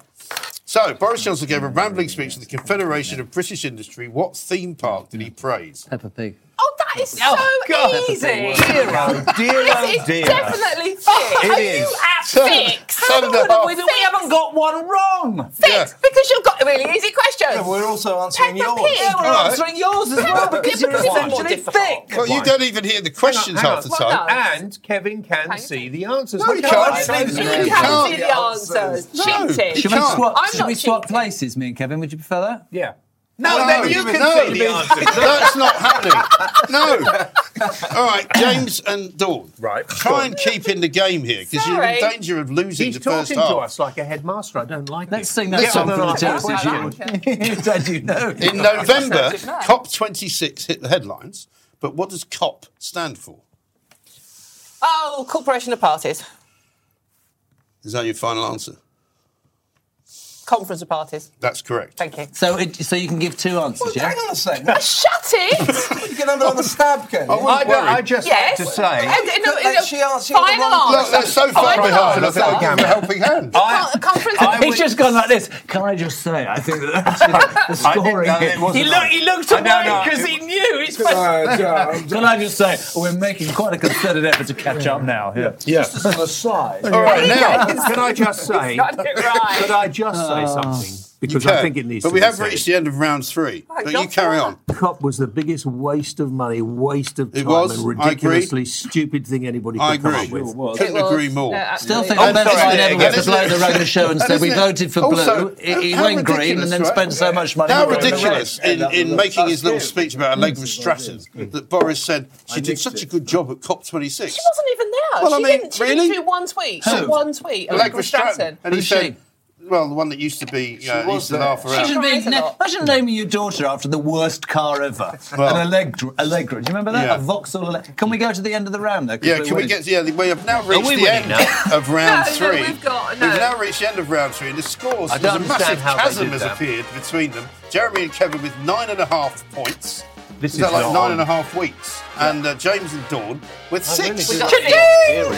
S1: So, Boris Johnson gave a rambling speech to the Confederation of British Industry. What theme park did he praise?
S2: Peppa Pig.
S3: Oh, that is so easy.
S5: Dear, oh dear, oh
S3: It's
S5: dear.
S3: definitely fixed.
S5: It
S3: Are
S5: is.
S3: you at six?
S1: Son of a-
S2: We, we haven't got one wrong.
S1: Yeah.
S3: Fixed because you've got really easy questions.
S4: Yeah, We're also answering
S3: Peppa
S4: yours.
S3: Pig.
S2: We're
S1: Alright.
S2: answering yours as well
S3: Peppa
S2: because
S3: Pig
S2: you're
S3: is more
S2: essentially
S3: difficult.
S2: thick.
S1: Well, you
S5: Why?
S1: don't even hear the questions
S5: Hang on,
S1: half the
S5: hang
S1: time.
S3: on.
S5: And Kevin can
S3: Hang
S5: see
S3: on.
S5: the answers.
S1: No,
S5: Look
S1: you
S5: how
S1: can't.
S5: I
S1: No,
S5: said
S1: you
S3: you
S5: it.
S1: can't.
S3: can't see the
S4: can't.
S3: answers.
S1: No.
S3: Cheating.
S2: Should we
S1: can't.
S2: swap,
S3: I'm
S2: should
S3: not
S2: we swap
S3: cheating.
S2: places, me and Kevin? Would you prefer that?
S5: Yeah. No, then you can
S1: no,
S5: see the answers.
S1: That's not happening. No. All right, James and Dawn.
S5: Right.
S1: Try and keep in the game here because you're in
S3: Sorry.
S1: danger of losing
S5: He's
S1: the first
S5: talking to
S1: half.
S5: us like a headmaster. I don't like
S2: Let's
S5: it.
S2: sing that
S5: Get
S2: song
S5: on
S2: for the
S5: and
S2: terrace
S5: answer.
S2: is
S3: Well,
S2: you. Dad, you know.
S1: In November,
S3: Good night.
S1: COP26 hit the headlines, but what does COP stand for?
S3: Oh, corporation of parties.
S1: Is that your final answer?
S3: Conference of parties.
S1: That's correct.
S3: Thank you.
S2: So, it, so you can give two answers, yeah?
S4: Hang on a second.
S3: Shut it!
S4: you can have another stab, can you?
S5: I, don't, I just
S3: yes.
S5: have to say.
S3: And- and-
S4: Look,
S3: and-
S4: she answered the
S3: final
S4: wrong-
S1: Look,
S3: answer.
S1: they're so far
S3: Final
S1: behind. I
S3: answer.
S1: think I'll give them a helping hand.
S3: Con- Conference of
S5: I
S2: He's just gone like this. Can I just say, I think that that's the
S5: I didn't
S2: story.
S5: know it wasn't
S3: He, look, he looked
S5: I don't
S3: away
S5: know.
S3: because he knew. It's fun.
S4: Uh, Joe,
S2: Can I just say, we're making quite a concerted effort to catch up now. Yeah.
S4: just on the side.
S1: All right, now.
S5: Can I just say?
S3: Got it right.
S5: Could I just say something? Because I think it needs
S1: but
S5: to
S1: we
S5: be
S1: have
S5: said.
S1: reached the end of round three.
S3: Right,
S1: but
S3: go
S1: you carry
S3: for it.
S1: on.
S5: Cup was the biggest waste of money, waste of time,
S1: was.
S5: and
S1: I agree.
S5: ridiculously stupid thing anybody could
S1: I
S5: come
S1: agree.
S5: up with.
S1: Couldn't
S3: It was-
S1: agree more.
S3: No,
S2: Still
S3: absolutely.
S2: think
S1: And
S2: I'm better
S1: sorry,
S2: than
S1: again,
S2: ever was to
S1: isn't
S2: blow
S1: it-
S2: the road show and said
S1: isn't
S2: we
S1: it-
S2: voted for
S1: also,
S2: blue. He, he
S1: how
S2: went green
S1: ridiculous,
S2: and then
S1: right?
S2: spent so much money.
S1: How
S2: on the red.
S1: ridiculous in, in making his little
S4: That's
S1: speech about Allegra Stratton that Boris said she did such a good job at COP26.
S3: She wasn't even there.
S1: Well, I
S3: she
S1: mean,
S3: didn't, she
S1: really?
S3: didn't do one tweet. She
S2: Who?
S3: did one tweet.
S1: Allegra
S3: Allegra Stratton.
S1: And he
S2: Who's
S1: said, well, the one that used to be uh,
S4: was
S1: Eastern
S4: there.
S1: half
S2: Imagine,
S1: around.
S3: She-
S2: being,
S3: Surprise a lot.
S2: imagine naming your daughter after the worst car ever.
S1: Well.
S2: An Allegra, Allegra. Do you remember that?
S1: Yeah.
S2: A Vauxhall Allegra. Can we go to the end of the round, though? 'Cause
S1: Yeah,
S2: we're
S1: can we
S2: winning.
S1: get yeah? We have now reached
S5: we
S1: the
S5: winning
S1: end of round
S3: No, no,
S1: three.
S3: we've got-
S1: We've
S3: no.
S1: now reached the end of round three, and the scores.
S5: I
S1: There's
S5: don't
S1: a massive
S5: understand how they
S1: chasm
S5: did
S1: has
S5: that.
S1: appeared between them. Jeremy and Kevin with nine and a half points.
S5: This
S1: is that
S5: is
S1: like
S5: not
S1: nine
S5: on.
S1: and a half weeks? And uh, James and Dawn with six.
S3: We got
S1: Cha-ching!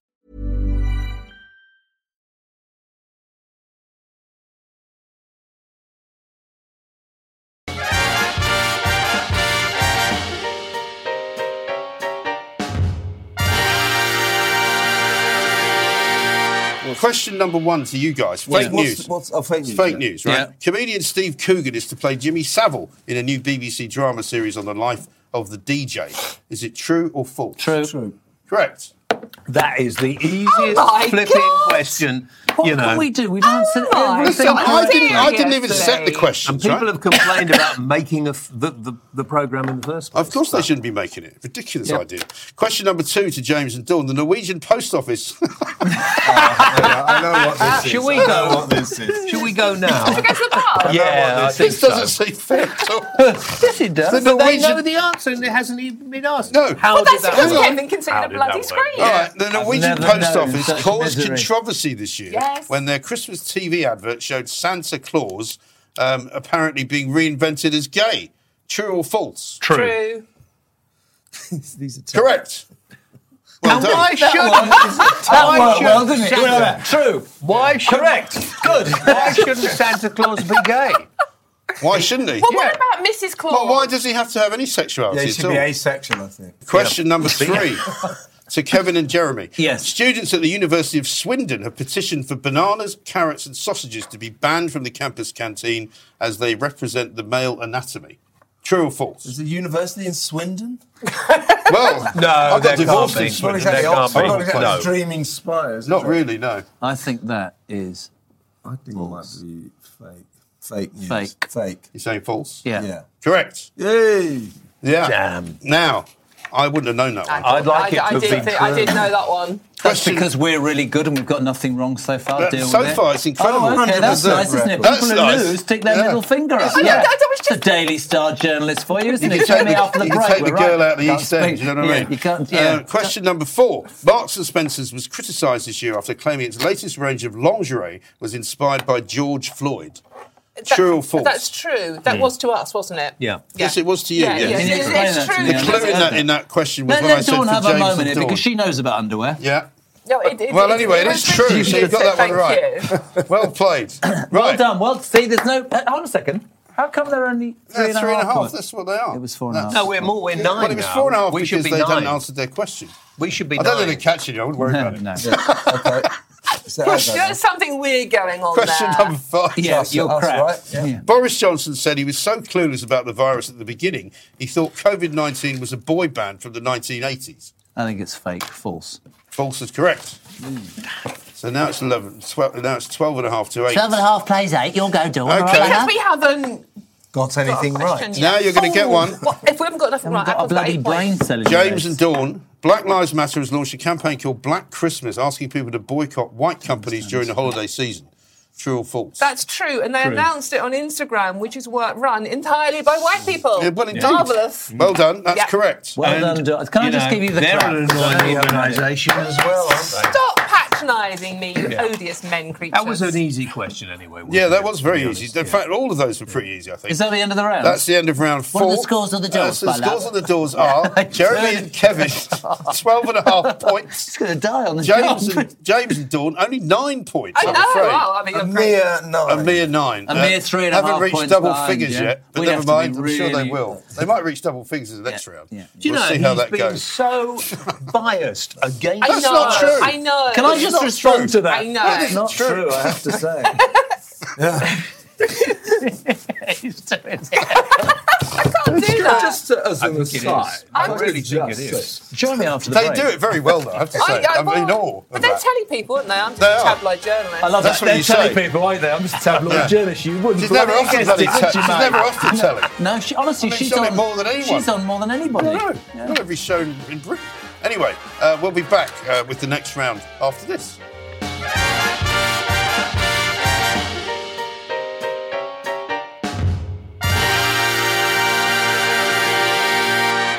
S1: Question number one to you guys: fake
S4: What's-
S1: news.
S4: what's- oh, fake
S1: It's
S4: news,
S1: Fake
S4: yeah.
S1: news, right?
S2: Yeah.
S1: Comedian Steve Coogan is to play Jimmy Savile in a new BBC drama series on the life of the DJ. Is it true or false?
S2: True.
S1: Correct.
S5: That is the easiest
S3: Oh my
S5: flipping
S3: God.
S5: question.
S2: What
S5: you know,
S2: can we do? We've answered
S3: my
S2: everything.
S1: Oh, Listen, I didn't, I
S3: serious
S1: didn't even set the
S3: today.
S1: question.
S5: and people have complained about making a f- the, the the program in the first place.
S1: Of course, they shouldn't be making it. Ridiculous idea. Question number two to James and Dawn: The Norwegian Post Office.
S4: Yeah, I know what this is.
S5: Shall we
S4: I know
S5: go?
S4: what this is.
S5: Should we go now?
S3: Go to the bar.
S5: yeah, I think
S1: this doesn't
S5: so.
S1: seem fair at all.
S5: Yes, it does.
S1: The
S5: but they
S1: Norwegian-
S5: know the answer, and it hasn't even been asked.
S1: No.
S5: How
S3: Well,
S5: did
S3: that's
S5: that
S3: because
S5: work?
S3: Kevin can see
S5: How
S3: the
S5: did
S3: bloody
S5: that
S3: screen.
S1: All right, the Norwegian
S2: never
S1: Post
S2: known
S1: Office
S2: such
S1: caused
S2: misery.
S1: controversy this year
S3: Yes.
S1: when their Christmas TV advert showed Santa Claus um, apparently being reinvented as gay. True or false?
S3: True.
S4: These are terrible.
S1: Correct. Well
S5: And
S1: done.
S5: why should
S2: That
S5: why
S2: worked
S5: should
S2: well, didn't it?
S5: Santa-
S2: Well, True.
S5: Why should, correct? Good. Why shouldn't Santa Claus be gay?
S1: Why shouldn't he?
S3: Well,
S5: Yeah.
S3: what about Mrs. Claus?
S1: Well, why does he have to have any sexuality
S4: Yeah, you
S1: at
S4: should
S1: all?
S4: be asexual, I think.
S1: Question number three to Kevin and Jeremy.
S2: Yes.
S1: Students at the University of Swindon have petitioned for bananas, carrots, and sausages to be banned from the campus canteen as they represent the male anatomy. True or false?
S4: Is the university in Swindon?
S1: well, I
S5: No, there
S1: got
S5: can't
S1: divorced in
S5: be.
S4: Not
S1: Swindon.
S4: exactly
S5: That can't
S4: Oxford,
S5: be.
S4: not exactly
S5: No.
S4: Dreaming Spires. is
S1: Not
S4: it?
S1: really, no.
S2: I think that is.
S4: I think it might be fake. Fake news.
S2: Fake.
S4: Fake.
S1: You're saying false?
S2: Yeah.
S4: Yeah.
S1: Correct.
S4: Yay!
S1: Yeah.
S5: Damn.
S1: Now, I wouldn't have known that one.
S5: I'd like it
S3: I, I
S5: to
S3: did
S5: be
S3: thi- I did know that one.
S2: That's
S1: Question-
S2: because we're really good and we've got nothing wrong so far.
S1: That-
S2: Deal
S1: so
S2: with it.
S1: far, it's incredible.
S2: Oh, okay, that's
S4: 100%
S2: nice, isn't it?
S1: record.
S2: People who
S1: That's nice.
S2: lose stick their
S1: Yeah.
S2: middle finger up.
S3: I- I- I was
S2: It's a
S3: just-
S2: Daily Star journalist for you, isn't
S1: You
S2: it?
S1: can take
S2: Tell me
S1: the,
S2: after the
S1: you can
S2: break.
S1: take the
S2: we're right.
S1: girl out of the
S2: Can't
S1: East End,
S2: speak.
S1: you know what I
S2: Yeah,
S1: mean?
S2: You can't,
S1: Uh,
S2: yeah.
S1: question number four. Marks and Spencer's was criticised this year after claiming its latest range of lingerie was inspired by George Floyd.
S3: That-
S1: True or false?
S3: That's true. That was to us, wasn't it?
S5: Hmm. Yeah.
S1: Yes, it was to you,
S3: Yeah,
S1: yes.
S3: yeah,
S1: Can you
S3: it's-
S2: explain
S3: it's
S2: that to
S3: true.
S2: me?
S1: The
S2: Yeah,
S1: clue in
S2: that's
S1: that,
S2: it.
S1: in that question was
S2: Let,
S1: what I
S2: let
S1: said
S2: Dawn
S1: to
S2: have
S1: James
S2: a moment
S1: and
S2: here because
S1: Dawn.
S2: she knows about underwear.
S1: Yeah.
S3: No, it, it,
S1: Well, anyway, it is
S3: was
S1: true, so
S3: Richard
S1: you've got
S3: who
S1: that
S3: said
S1: one right.
S3: thank you.
S1: Well played. Right.
S2: Well done. Well, see, there's no. uh, Hold on a second. How come there are only
S1: They're
S2: three and a half?
S1: three and a half.
S2: points?
S1: That's what they are.
S2: It was four and a half.
S5: No, we're more. We're nine.
S1: Well, it was
S5: now.
S1: four and a half
S5: We
S1: because
S5: should
S1: they
S5: be nine.
S1: hadn't answered their question.
S5: We should be
S1: I don't
S5: nine.
S1: think they catch it. I wouldn't worry about it.
S2: no.
S4: Okay. Is that
S1: Question-
S4: how it
S3: There's
S4: goes?
S3: something weird going on
S1: Question
S3: there.
S1: number five.
S2: Yeah,
S4: That's-
S2: you're
S4: that's
S2: crap.
S4: right, yeah.
S2: Yeah.
S1: Boris Johnson said he was so clueless about the virus at the beginning, he thought COVID 19 was a boy band from the 1980s.
S2: I think it's fake, false.
S1: False is correct. So now it's 11, 12, now it's 12 and a half to 8.
S7: 12 and a half plays eight. You'll go, Dawn.
S1: Okay.
S7: All right,
S3: Because
S7: Anna?
S3: we haven't
S4: Got
S3: got a
S4: anything
S3: question
S4: right?
S3: yet.
S1: Now you're gonna get
S3: Oh,
S1: one.
S3: what- if we haven't got
S2: Haven't
S3: nothing right,
S2: got a
S3: I've got
S2: bloody
S3: eight
S2: brain
S3: points.
S2: cell in your
S1: James
S2: head.
S1: and Dawn, Black Lives Matter has launched a campaign called Black Christmas, asking people to boycott white companies during the holiday season. True or false?
S3: That's true, and they announced it on Instagram, which is work run entirely by white people.
S1: Yeah, well, indeed.
S3: Marvelous.
S1: Well done. That's
S3: Yeah.
S1: correct.
S2: Well
S5: And,
S2: done, Dawn. Can I
S5: you
S2: just
S5: know,
S2: give you the
S5: They're
S2: crap?
S5: an
S2: I know you're
S5: annoying
S2: an idiot.
S5: organisation as well, aren't they?
S3: Stop patronising me, you odious men creatures.
S5: That was an easy question, anyway. wasn't
S1: Yeah,
S5: it,
S1: that was
S5: to
S1: very
S5: be
S1: easy.
S5: honest?
S1: In
S5: Yeah.
S1: fact, all of those were pretty easy, I think.
S2: Is that the end of the round?
S1: That's the end of round four.
S7: What are the scores of the doors,
S1: Uh, so the
S7: my
S1: scores
S7: love?
S1: of the doors are Jeremy and Kevin, 12 and a half points.
S2: He's going to die on the
S1: James
S2: job.
S1: and, James and Dawn, only nine points,
S3: I
S1: I'm
S3: know. oh,
S1: afraid.
S3: Wow, I mean,
S4: A
S3: you're great.
S4: mere nine.
S1: A mere nine. Uh,
S2: A mere three and a
S1: haven't
S2: half
S1: reached
S2: points
S1: double
S2: behind,
S1: figures
S2: yeah.
S1: yet, but
S2: We'd
S1: never
S2: have to be
S1: mind. I'm sure they
S2: really-
S1: will. They might reach double figures in the next round.
S2: yeah.
S5: Do you
S1: we'll
S5: know,
S1: see
S5: he's
S1: how that
S5: been
S1: goes.
S5: so biased against.
S3: I
S1: That's
S3: know.
S1: not true.
S3: I know.
S2: Can I
S1: It's
S2: just
S1: not
S2: respond
S1: true.
S2: to that?
S3: I know. That is
S2: It's not
S1: true.
S2: true. I have to say.
S7: He's doing it.
S3: I can't do that.
S4: Just as an aside,
S5: I really think it is.
S2: Join me after the
S1: They
S2: break.
S1: do it very well, though, I have to
S3: I,
S1: say.
S3: I,
S1: I, am in
S3: well,
S1: awe
S3: But
S1: of
S3: they're
S1: that.
S3: telly people, aren't they? I'm just
S1: They
S3: a
S1: are.
S3: tabloid journalist.
S2: I love
S1: That's
S2: that.
S1: what
S2: They're
S1: you
S2: telly
S1: say.
S2: people, aren't they? I'm just a tabloid
S1: Yeah.
S2: journalist. You wouldn't.
S1: She's never
S2: bloody
S1: off the
S2: guess
S1: telly.
S2: it, would
S1: She's
S2: you, mate?
S1: never off the telly.
S2: No, she,
S1: I
S2: honestly,
S1: mean,
S2: she's
S1: she's on it
S2: on
S1: more than anyone.
S2: She's on more than anybody.
S1: No, no,
S2: Yeah.
S1: not every show in Britain. Anyway, uh, we'll be back uh, with the next round after this.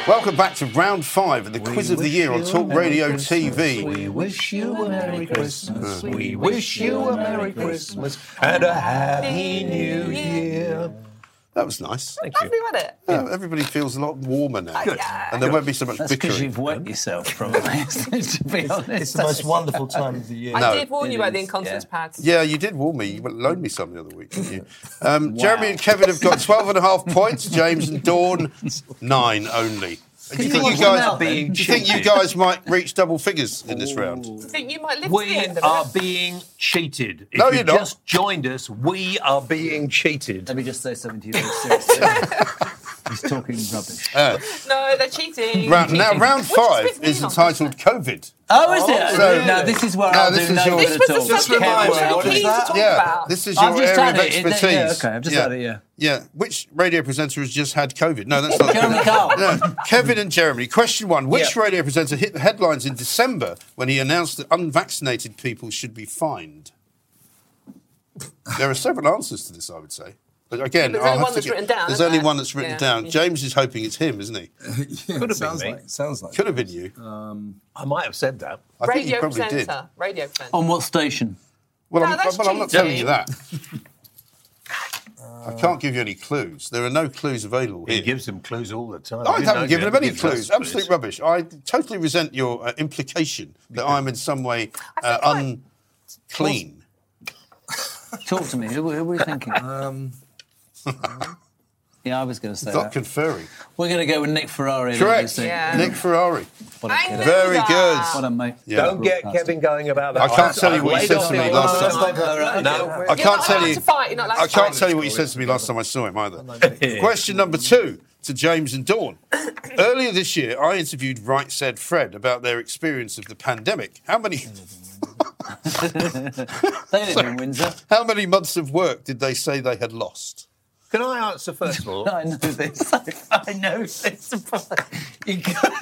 S1: Welcome back to round five of the quiz of the year on Talk Radio TV.
S5: We wish you a Merry Christmas.
S1: Mm.
S5: We wish you a Merry Christmas and a Happy New Year.
S1: That was nice.
S3: Lovely, wasn't it?
S1: Uh, everybody feels a lot warmer now,
S3: yeah.
S1: and there won't be so much
S2: That's because
S1: bickering.
S2: you've wet yourself, probably. to be honest,
S4: it's the most wonderful time of the year.
S1: No,
S3: I did warn
S2: it
S3: you about the
S2: is,
S3: incontinence
S2: yeah.
S3: pads.
S1: Yeah, you did warn me. You loaned me some the other week, didn't you? Um, Jeremy and Kevin have got 12 and a half points. James and Dawn, nine only. Do you, think you,
S2: wasn't
S1: guys,
S2: out
S1: do
S2: being
S1: you think you
S5: cheeky.
S1: guys might reach double figures in this round?
S3: I think you might live to the
S5: We
S3: end
S5: are
S3: of it.
S5: being cheated. If
S1: No,
S5: you
S1: you're not.
S5: just joined us, we are being cheated.
S2: Let me just say something to you very seriously. He's talking
S1: Oh,
S2: rubbish.
S3: No, they're cheating.
S1: Uh, Round, now,
S3: Cheating.
S1: round
S3: Which is a
S1: five
S3: bit
S1: is
S3: mean on
S1: entitled COVID.
S2: oh, is it?
S1: so-
S2: now this is where
S1: No,
S2: I'll
S1: this
S2: do
S1: is
S2: no
S1: your-
S2: good
S3: This was
S2: at
S3: the
S2: all.
S4: Just
S3: subject
S4: remind
S3: we
S4: me,
S3: were
S4: what is
S3: keen to
S4: that?
S3: talk
S1: Yeah,
S3: about.
S1: this is your
S2: I've just
S1: area
S2: had
S1: of
S2: it, yeah,
S1: expertise.
S2: okay, I've just had it, yeah.
S1: Yeah, which radio presenter has just had COVID? No, that's not
S2: Jeremy
S1: correct.
S2: Kyle.
S1: No, Kevin and Jeremy. Question one: Which
S2: Yeah.
S1: radio presenter hit the headlines in December when he announced that unvaccinated people should be fined? There are several answers to this, I would say. But again,
S3: There's
S1: I'll have
S3: only one
S1: to
S3: that's
S1: get-
S3: written down,
S1: There's
S3: isn't
S1: only
S3: there?
S1: one that's written
S3: Yeah.
S1: down. James is hoping it's him, isn't he?
S4: Yeah,
S5: Could have
S4: sounds
S5: been me.
S4: like sounds like
S1: Could have been you.
S5: I might have said that.
S1: I think you
S3: Radio
S1: probably did.
S3: presenter.
S2: Oh,
S3: Radio presenter.
S2: On what station?
S1: Well,
S3: No,
S1: I'm,
S3: that's
S1: well, I'm not
S3: cheating.
S1: telling you that. I can't give you any clues. There are no clues available
S5: He
S1: here.
S5: gives them clues all the time.
S1: I
S5: You know
S1: haven't given him
S5: that.
S1: any
S5: He gives us
S1: clues. Absolute rubbish. I totally resent your uh, implication that I'm in some way uh,
S3: I think
S1: unclean.
S2: Talk to me. Who, who are we thinking?
S1: Um,
S2: yeah, I was going to say
S1: Not
S2: that.
S1: conferring.
S2: We're going to go with Nick Ferrari.
S1: Correct.
S2: obviously.
S3: Yeah.
S1: Nick Ferrari.
S2: What a
S3: I
S2: kid.
S3: knew
S1: Very
S3: that.
S1: good.
S2: What a mate.
S1: Yeah.
S5: Don't get
S2: Broadcaster.
S5: Kevin going about
S1: I
S5: that.
S1: can't tell you what he
S5: laid
S1: said
S5: off
S1: to me
S5: the
S1: last
S5: oil.
S1: time.
S5: No.
S1: I
S3: You're
S1: can't
S3: not
S1: tell
S3: allowed
S1: you.
S3: to fight, you're not allowed
S1: I
S3: to
S1: can't
S3: fight.
S1: tell you what he said to me last time I saw him either. Question number two to James and Dawn. Earlier this year, I interviewed Right Said Fred about their experience of the pandemic. How many?
S5: Mm.
S2: They live in Windsor.
S1: How many months of work did they say they had lost?
S5: Can I answer first of all?
S2: I know this. I know this. You go-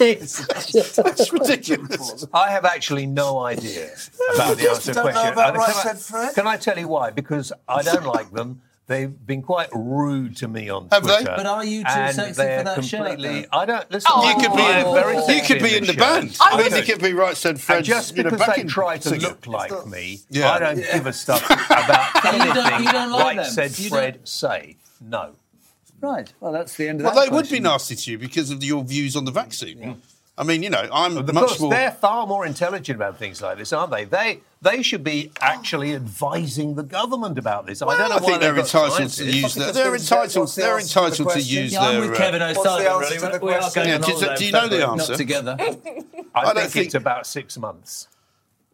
S1: It's ridiculous.
S5: I have actually no idea about the answer to the
S4: don't know
S5: question.
S4: about
S5: And
S4: Right
S5: can, I,
S4: Said Fred.
S5: can I tell you why? Because I don't like them. They've been quite rude to me on
S1: Have they?
S5: Twitter.
S2: But are you too
S5: and
S2: sexy for
S5: they're
S2: that shirt,
S5: completely,
S2: though?
S5: I don't listen.
S3: You
S1: You could be,
S5: I'm
S3: Oh.
S5: very
S1: in, you
S5: sexy
S1: could be in the band. I mean, you could be right said
S5: And
S1: Fred's.
S5: just
S1: you know,
S5: because they
S1: backing
S5: try to
S1: singer.
S5: look like me,
S1: Yeah.
S5: I don't give a stuff about
S2: don't- you
S5: anything.
S2: don't like them.
S5: said
S2: You
S5: Fred,
S2: don't-
S5: say no.
S2: right. Well, that's the end of
S1: Well,
S2: that.
S1: they would be
S2: question.
S1: nasty to you because of your views on the vaccine. I mean, you know, I'm
S5: Of
S1: much
S5: course,
S1: more.
S5: they're far more intelligent about things like this, aren't they? They they should be actually advising the government about this. I
S1: Well,
S5: don't know
S1: I
S5: why
S1: think they're
S5: they've got
S1: entitled to
S5: scientists.
S1: use their.
S4: Because
S1: They're
S4: what's the-
S1: entitled.
S4: what's the
S1: They're
S4: answer to the
S1: entitled to
S4: question?
S1: use
S2: Yeah, I'm
S1: their.
S2: with
S1: uh,
S2: Kevin O'Sullivan.
S4: answer to
S2: really.
S4: the
S2: We are
S4: question?
S2: going
S1: Yeah,
S2: on
S1: do you-
S2: holiday
S1: do you
S2: in
S1: know the
S2: February,
S1: answer?
S2: Not together.
S5: I,
S1: don't
S5: think,
S1: think-
S5: it's about six months.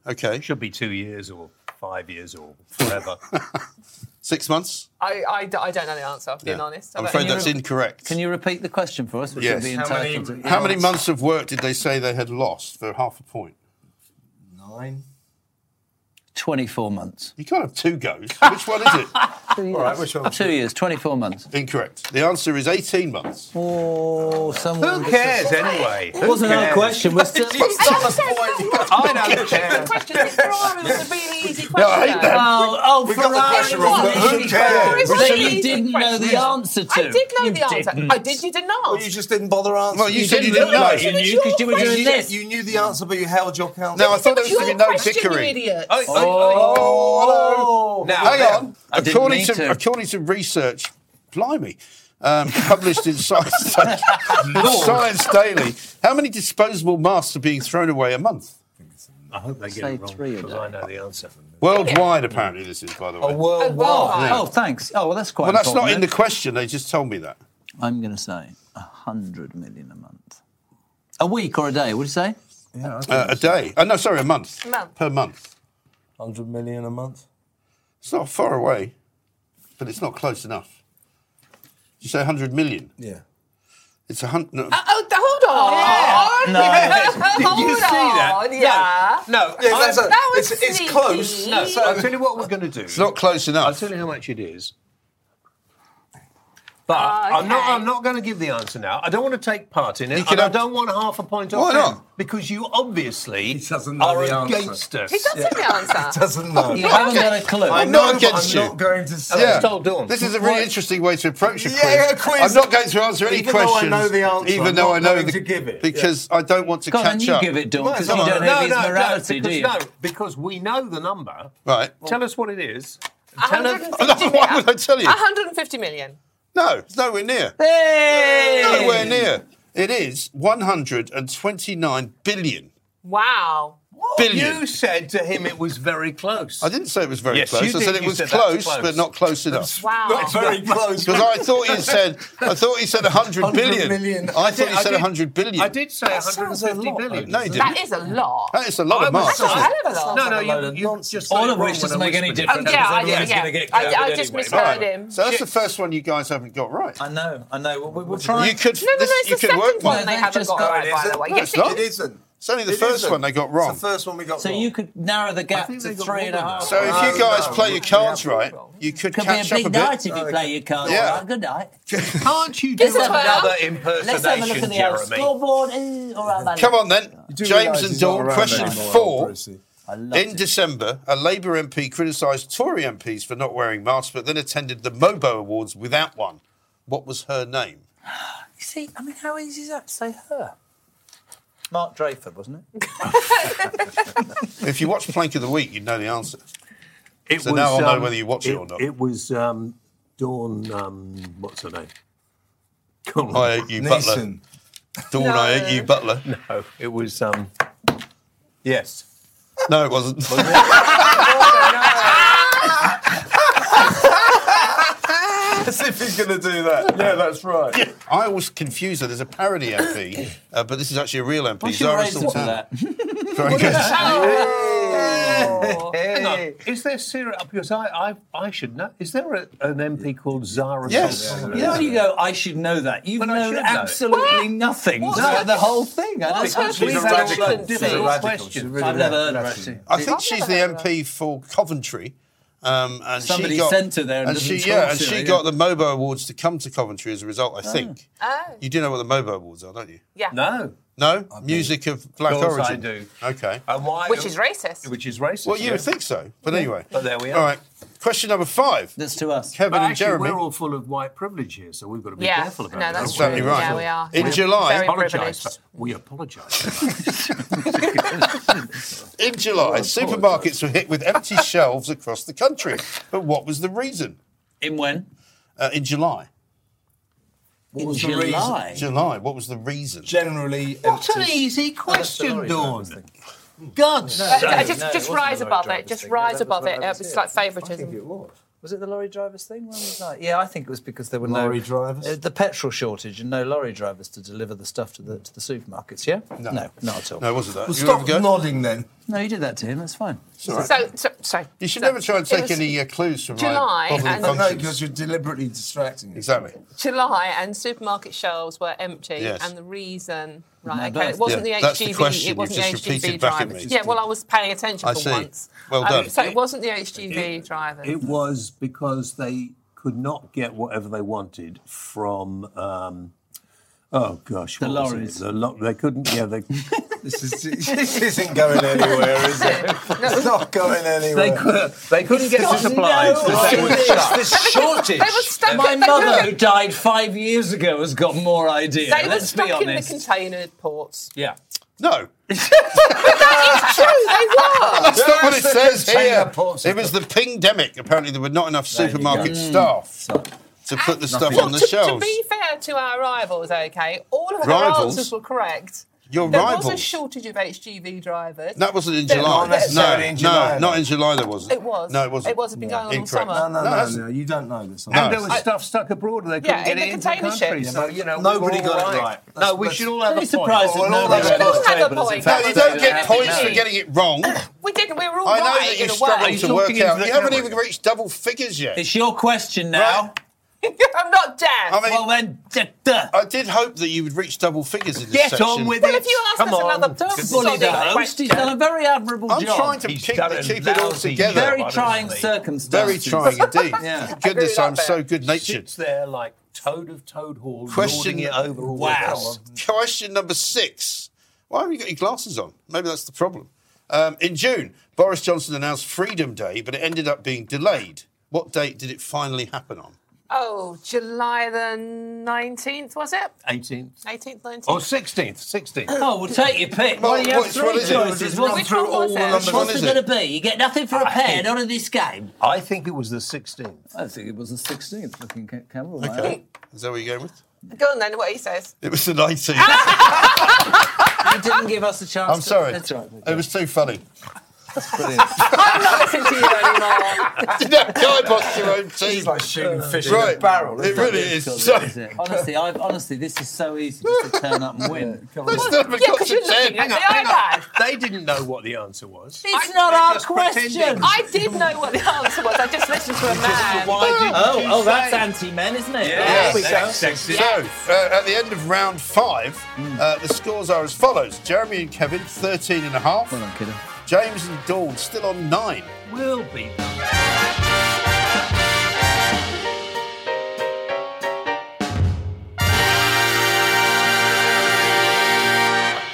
S1: Okay.
S5: Should be two years or five years or forever.
S1: Six months?
S3: I, I, I don't know the answer, if being honest. I
S1: I'm
S3: don't
S1: afraid
S3: know.
S1: that's incorrect.
S2: Can you repeat the question for us? We
S1: Yes.
S2: should be
S1: How
S4: many-
S2: entitled to.
S1: How many months of work did they say they had lost for half a point?
S4: Nine.
S2: 24 months.
S1: You can't have two goes. Which one is it?
S4: All right, which one?
S2: Two years, 24 months.
S1: Incorrect. The answer is 18 months.
S2: Oh, someone.
S5: Who cares anyway?
S2: It wasn't our question. We're still.
S5: I don't care.
S3: Question is, Ferrari was a really easy question.
S1: No, I hate that.
S2: Oh, oh,
S4: got the
S2: Ferrari
S4: pressure on,
S2: won.
S4: but who
S2: She
S4: cares?
S2: failed. So
S3: Really
S2: you
S3: easy
S2: didn't know the
S3: question.
S2: answer to.
S3: I did know
S2: You
S3: the answer.
S2: didn't.
S3: I did, you didn't ask.
S4: You just didn't bother answering.
S1: Well, you, said you didn't
S2: look
S1: know.
S2: like you knew because you were doing
S4: You,
S2: this.
S4: you knew the answer, but you held your count.
S1: No, I thought there was
S3: It's your
S1: going to be no
S3: question, you
S1: bickering.
S3: idiot.
S5: Oh, oh, hello. Now,
S1: Hang
S5: now,
S1: on.
S2: I didn't
S1: According
S2: mean
S1: to,
S2: to.
S1: according to research, blimey, um, published in Science, Science Daily, how many disposable masks are being thrown away a month?
S5: I hope they get
S2: Say
S5: it wrong
S2: three a
S5: because
S2: day.
S5: I know the answer.
S1: Worldwide, apparently, this is, by the way.
S4: A world
S3: well,
S4: war.
S2: Oh, thanks. Oh, well, that's quite.
S1: well, that's not in
S2: important,
S1: the question. They just told me that.
S2: then. I'm going to say a hundred million a month, a week or a day. Would you say?
S1: Uh, a day. Oh, no, sorry, a month.
S3: A month.
S1: Per month.
S4: 100 million a month.
S1: It's not far away, but it's not close enough. Did you say 100 million?
S4: Yeah.
S1: It's a hundred.
S4: Uh,
S1: No,
S3: Oh, th- hold on.
S2: No.
S3: Hold
S5: you see that?
S3: on,
S5: No.
S3: Yeah.
S5: No,
S4: Yeah,
S5: I'm-
S4: that's a-
S3: That was
S4: it's, it's
S3: sneaky.
S4: close.
S3: No.
S5: I'll tell you what we're going to do.
S1: it's not close
S5: I'll
S1: enough.
S5: tell you how much it is. But I'm not.
S3: Ah, okay.
S5: I'm not going to give the answer now. I don't want to take part in it.
S1: can
S5: and I
S1: have-
S5: don't want half a point off.
S1: Why
S5: him,
S1: not?
S5: Because you obviously
S4: doesn't know
S5: are
S4: the answer.
S5: against us.
S3: He doesn't know the answer.
S4: Doesn't know.
S2: You haven't got a clue.
S4: I
S1: I'm
S4: know,
S1: not
S4: but
S1: against
S4: I'm
S1: you.
S4: not going to say.
S1: Yeah.
S5: Still doing.
S1: This is a really interesting way to approach a quiz.
S4: Yeah, a quiz.
S1: I'm not going to answer any
S4: Even though I
S1: questions.
S4: know the answer,
S1: even
S4: I'm
S1: though
S4: not
S1: I know
S4: going
S1: the,
S4: to give it.
S1: because I don't want to
S2: Go on,
S1: catch
S2: and you
S1: up.
S2: give it, Dawn,
S5: Well,
S2: because
S5: come
S2: you
S5: on.
S2: don't have his morality,
S5: because,
S2: do you?
S5: No, because we know the number.
S1: Right.
S5: Tell us what it is. Tell us.
S3: 150 million.
S1: Why would I tell you?
S3: 150 million.
S1: No, it's nowhere near.
S2: Hey!
S1: Nowhere near. It is 129 billion.
S3: Wow.
S1: Billion.
S5: You said to him it was very close.
S1: I didn't say it was very
S5: Yes,
S1: close.
S5: you
S1: I said it
S5: did. You
S1: was
S5: said that's
S1: close,
S5: close.
S1: but not close enough.
S3: Wow.
S4: Not very close.
S1: Because I thought he said, I thought he said 100 billion.
S4: million.
S1: I thought he
S5: I
S1: said
S5: did-
S1: 100 billion.
S5: I did say 150 million.
S1: No, he didn't.
S3: That is a lot.
S1: That is a lot
S5: I
S1: of
S5: was
S1: marks.
S5: saying-
S1: isn't
S3: Hell
S1: it?
S3: of a lot.
S5: No, no,
S4: loud.
S5: you, you just
S2: All
S5: said it
S2: of
S5: wrong
S2: which
S5: when I
S2: doesn't make any
S5: whispered it.
S3: Oh,
S2: difference.
S3: yeah, I,
S2: Everyone's
S3: yeah.
S2: gonna get
S3: I,
S2: covered
S3: I
S2: anyway.
S3: just
S1: All
S3: misheard
S1: right.
S3: him.
S1: So that's the first one you guys haven't got right.
S2: I know. I know. We, we're trying.
S1: You could,
S3: No, no,
S1: this,
S3: no, it's
S1: you
S3: the
S1: could
S3: second
S1: work
S3: one
S1: one.
S3: they
S2: They've
S3: haven't
S2: just
S3: got
S2: got-
S3: right, by
S4: Is
S3: the
S4: it?
S3: way.
S4: No,
S3: yes,
S1: it's not.
S3: it
S4: It
S3: is.
S4: isn't.
S1: It's only the
S4: It
S1: first
S4: isn't.
S1: one they got wrong.
S4: It's the first one we got
S2: so
S4: wrong.
S2: you could narrow the gap to three and a half.
S1: So if you
S4: No,
S1: guys
S4: no,
S1: play
S4: we-
S1: your cards
S3: we have-
S1: right, you could
S2: Could
S1: catch
S2: be a
S1: up
S2: big
S1: a
S2: night
S1: bit.
S2: if you play your card.
S1: Yeah.
S2: All right, good night.
S5: Can't you
S3: This
S5: do
S3: is what I-
S5: another
S2: Let's have a look
S5: impersonation,
S2: at the old
S5: Jeremy?
S2: scoreboard. Ooh, all right, buddy.
S1: Come on then,
S4: Do realise
S1: James and
S4: he's not
S1: Dawn.
S4: around
S1: Question
S4: anymore,
S1: four.
S4: Brucey.
S1: In December, a Labour MP criticised Tory MPs for not wearing masks, but then attended the MOBO Awards without one. What was her name?
S2: You see, I mean, how easy is that to say her? Mark Drayford, wasn't it?
S1: If you watch Plank of the Week, you'd know the answer.
S5: It um,
S1: So now I'll know whether you watch it or not.
S5: It was um, Dawn. Um, what's her name? Come on.
S1: I ate you, Butler.
S4: Neeson.
S1: Dawn, I ate you, Butler.
S5: No, it was. Um, yes.
S1: No, it wasn't.
S4: As if he's going to do that. Yeah, that's right.
S1: I always confuse her. There's a parody MP, uh, but this is actually a real MP.
S2: What's your raise for that?
S1: Very good.
S3: Oh.
S5: Hang on. Is there Sarah? Because I, I, I should know. Is there a, an MP called Zara?
S1: Yes.
S5: something?
S2: You know, when you go, I should know that. You
S5: But I
S2: know
S5: should know.
S2: absolutely nothing.
S5: No.
S2: No, the whole thing. I
S3: What's
S2: don't
S3: her
S2: think
S4: She's
S2: we've
S4: a
S3: Please,
S2: had all
S4: radical.
S2: those
S4: She's
S2: things.
S3: difficult
S5: questions.
S4: a radical. She's really
S2: I've never heard
S4: radical.
S2: of her. actually.
S1: I think
S3: I've
S1: she's
S3: never
S1: the
S3: heard of
S1: MP for Coventry. Um, and
S2: Somebody
S1: she got,
S2: sent her there and
S1: and she,
S2: doesn't
S1: yeah,
S2: talk
S1: and
S2: to
S1: she
S2: her,
S1: got
S2: yeah.
S1: the MOBO Awards to come to Coventry as a result. I think
S3: Oh.
S1: you do know what the MOBO Awards are, don't you?
S3: Yeah.
S5: No.
S1: No, music of black
S5: Of course I
S1: origin.
S5: do.
S1: Okay.
S5: And why?
S3: Which is racist.
S5: Which is racist.
S1: well, you
S5: yeah.
S1: would think so, but anyway.
S5: But there we
S1: All
S5: are.
S1: right. Question number five.
S2: That's to us.
S1: Kevin
S5: But
S1: and
S5: actually,
S1: Jeremy.
S5: we're all full of white privilege here, so we've got to be
S3: Yeah.
S5: careful about
S3: No,
S5: that.
S3: that's
S5: aren't
S1: Exactly
S3: true.
S1: right.
S3: Yeah, we are.
S1: In
S3: We're
S1: July,
S3: very
S5: Apologise.
S3: privileged.
S5: for- We apologise.
S1: In July, supermarkets were hit with empty shelves across the country. But what was the reason?
S2: In when?
S1: Uh, in July.
S2: In
S4: was the reason?
S2: July.
S1: July, what was the reason?
S4: Generally,
S5: What an
S4: empty-
S5: easy question, Dawn. God,
S3: Uh, just just rise above it. Just rise above it. Uh, It's like favouritism.
S4: was.
S2: Was it the lorry drivers thing? When was that? Yeah, I think it was because there were no
S4: Lorry drivers?
S2: uh, the petrol shortage and no lorry drivers to deliver the stuff to the to the supermarkets. Yeah, no, not at all.
S1: No, it wasn't that.
S4: Well,
S1: You wanna have
S4: stop
S1: a go?
S4: nodding then.
S2: No, you did that to him. That's fine.
S3: So, so, so
S1: You should
S3: so
S1: never try and
S3: it
S1: take
S3: was
S1: any uh, clues from
S3: July
S1: my bodily
S3: and-
S4: No, no,
S1: functions.
S4: because you're deliberately distracting us.
S1: Exactly.
S3: July and supermarket shelves were empty,
S1: Yes.
S3: and the reason, right?
S2: No,
S3: okay,
S2: that's-
S3: it wasn't
S1: Yeah,
S3: the
S1: that's the
S3: HGV.
S1: question
S3: it wasn't
S1: you've
S3: the
S1: just
S3: HGV
S1: repeated back at
S3: drivers.
S1: me.
S3: Yeah, well, I was paying attention
S1: I
S3: for
S1: see.
S3: once. Um,
S1: Well done.
S3: so it wasn't the HGV drivers.
S5: It was because they could not get whatever they wanted from. Um, oh gosh,
S2: The
S5: what was it?
S2: lorries.
S5: The lo- they couldn't. Yeah, they
S4: This, is, this isn't going anywhere, is it? It's not going
S5: they,
S4: anywhere.
S5: could, they couldn't get the
S2: Got
S5: supplies.
S2: no
S5: that they would
S2: idea.
S5: shut.
S8: This shortage.
S3: They were stuck
S8: My
S3: in the
S8: mother, who
S3: container.
S8: died five years ago, has got more idea.
S3: They were
S8: Let's be
S3: stuck in the
S8: honest.
S3: container ports.
S8: yeah.
S1: No,
S3: It's true, they were.
S1: that's not what it
S4: the
S1: says
S4: container
S1: here.
S4: ports.
S1: It was the pingdemic. Apparently, there were not enough
S4: There you go. Mm.
S1: supermarket staff
S4: So,
S1: to put the stuff
S4: Nothing.
S1: on the
S3: to, to
S1: shelves.
S3: be fair to our rivals, okay, all of
S1: Rivals?
S3: our answers were correct.
S1: Your
S3: There was a
S1: rivals.
S3: shortage of HGV drivers.
S1: That wasn't in
S3: There-
S1: July.
S3: Not necessarily
S1: no,
S4: in July,
S1: no,
S4: though.
S1: not in July. There wasn't.
S3: It was.
S1: No, it wasn't.
S3: It wasn't been going on all
S1: Incorrect.
S3: summer.
S4: no, no,
S1: No,
S4: no,
S1: that's-
S4: no, you don't know this.
S5: And there was
S1: I-
S5: stuff stuck abroad. They couldn't
S3: Yeah,
S5: get
S3: in
S5: it
S3: the
S5: into
S3: container
S5: country.
S3: ships.
S5: So, you know,
S4: Nobody
S5: we're
S4: got it
S5: all
S4: right.
S5: No,
S4: That's-
S5: we should all have
S8: Very
S5: a point.
S8: surprised
S4: Well,
S8: that
S4: all
S8: nobody
S4: those
S8: at
S4: guys
S8: this
S3: had a
S8: table has
S3: point.
S1: No,
S8: acknowledged
S1: you don't
S8: that.
S1: get points for
S3: Yeah.
S1: getting it wrong.
S3: We didn't. We were all
S1: I
S3: right
S1: know that you
S3: in a
S1: struggle
S3: way.
S1: to work
S5: talking into
S1: out.
S5: the
S1: You haven't
S5: camera?
S1: even reached double figures yet.
S8: It's your question now.
S1: Right.
S3: I'm not dead.
S1: I mean,
S8: Well then, duh, duh.
S1: I did hope that you would reach double figures in this
S8: Get
S1: section.
S8: on with
S3: well,
S8: it.
S3: if you ask
S8: Come
S3: us
S8: on.
S3: another dumb
S8: Don't bully the
S3: sodding
S8: host. He's done a
S3: question,
S8: very admirable
S1: I'm
S8: job.
S1: trying to
S5: He's
S1: keep,
S5: done
S1: to
S5: a
S1: keep it all
S5: lousy
S1: together.
S5: job.
S8: Very
S5: Honestly.
S8: trying
S1: Very
S8: circumstances.
S1: trying indeed.
S8: Yeah.
S3: Agree
S1: Goodness,
S3: with
S1: I'm
S3: that
S1: so
S3: bit.
S1: good natured.
S5: Sits there like toad of toad hall,
S1: Question-
S5: lording it over all
S8: Wow.
S5: of us.
S1: Question number six. Why have you got your glasses on? Maybe that's the problem. Um, in June, Boris Johnson announced Freedom Day, but it ended up being delayed. What date did it finally happen on?
S3: oh, July the 19th, was it?
S5: 18th
S3: 18th, 19th?
S5: or 16th, 16th.
S8: Oh, well, take your pick.
S1: Well,
S8: Well, you have
S1: which one
S8: three
S1: is it?
S8: choices.
S4: Just
S8: What's
S4: run
S3: Which
S4: through
S3: one
S4: all
S3: was
S4: the
S3: it?
S4: numbers.
S1: One
S7: What's
S1: is
S7: it
S1: it?
S7: going to be? You get nothing for a pair,
S5: think-
S7: not in this game.
S5: I think it was the 16th.
S2: I think it was the 16th looking ca- camera. right?
S1: Okay. Is that what you're going with?
S3: Go on then, what he says.
S1: It was the 19th.
S2: You didn't give us a chance.
S1: I'm
S2: to-
S1: sorry.
S2: That's all right.
S1: It was too funny.
S3: I'm not listening to you anymore.
S1: Did that guy bust your own team?
S4: It's like shooting fish in
S1: Right.
S4: a barrel.
S1: It
S4: isn't
S1: really is. So,
S2: Is it? Honestly, I've, honestly, this is so easy just to turn up and win. Come on.
S1: it's never
S3: Yeah,
S1: got
S3: because you're
S1: to
S3: looking
S1: 10.
S3: at the iPad.
S5: They didn't know what the answer was.
S7: It's not our
S5: just
S7: question.
S5: pretending.
S3: I did know what the answer was. I just listened to a man.
S8: Oh, oh, that's anti-men, isn't it?
S1: Yeah.
S8: There we go.
S1: So, uh, at the end of round five, uh, the scores are as follows Jeremy and Kevin, 13 and a half.
S2: Well done, kiddo.
S1: James and Dawn, still on nine.
S5: Will be.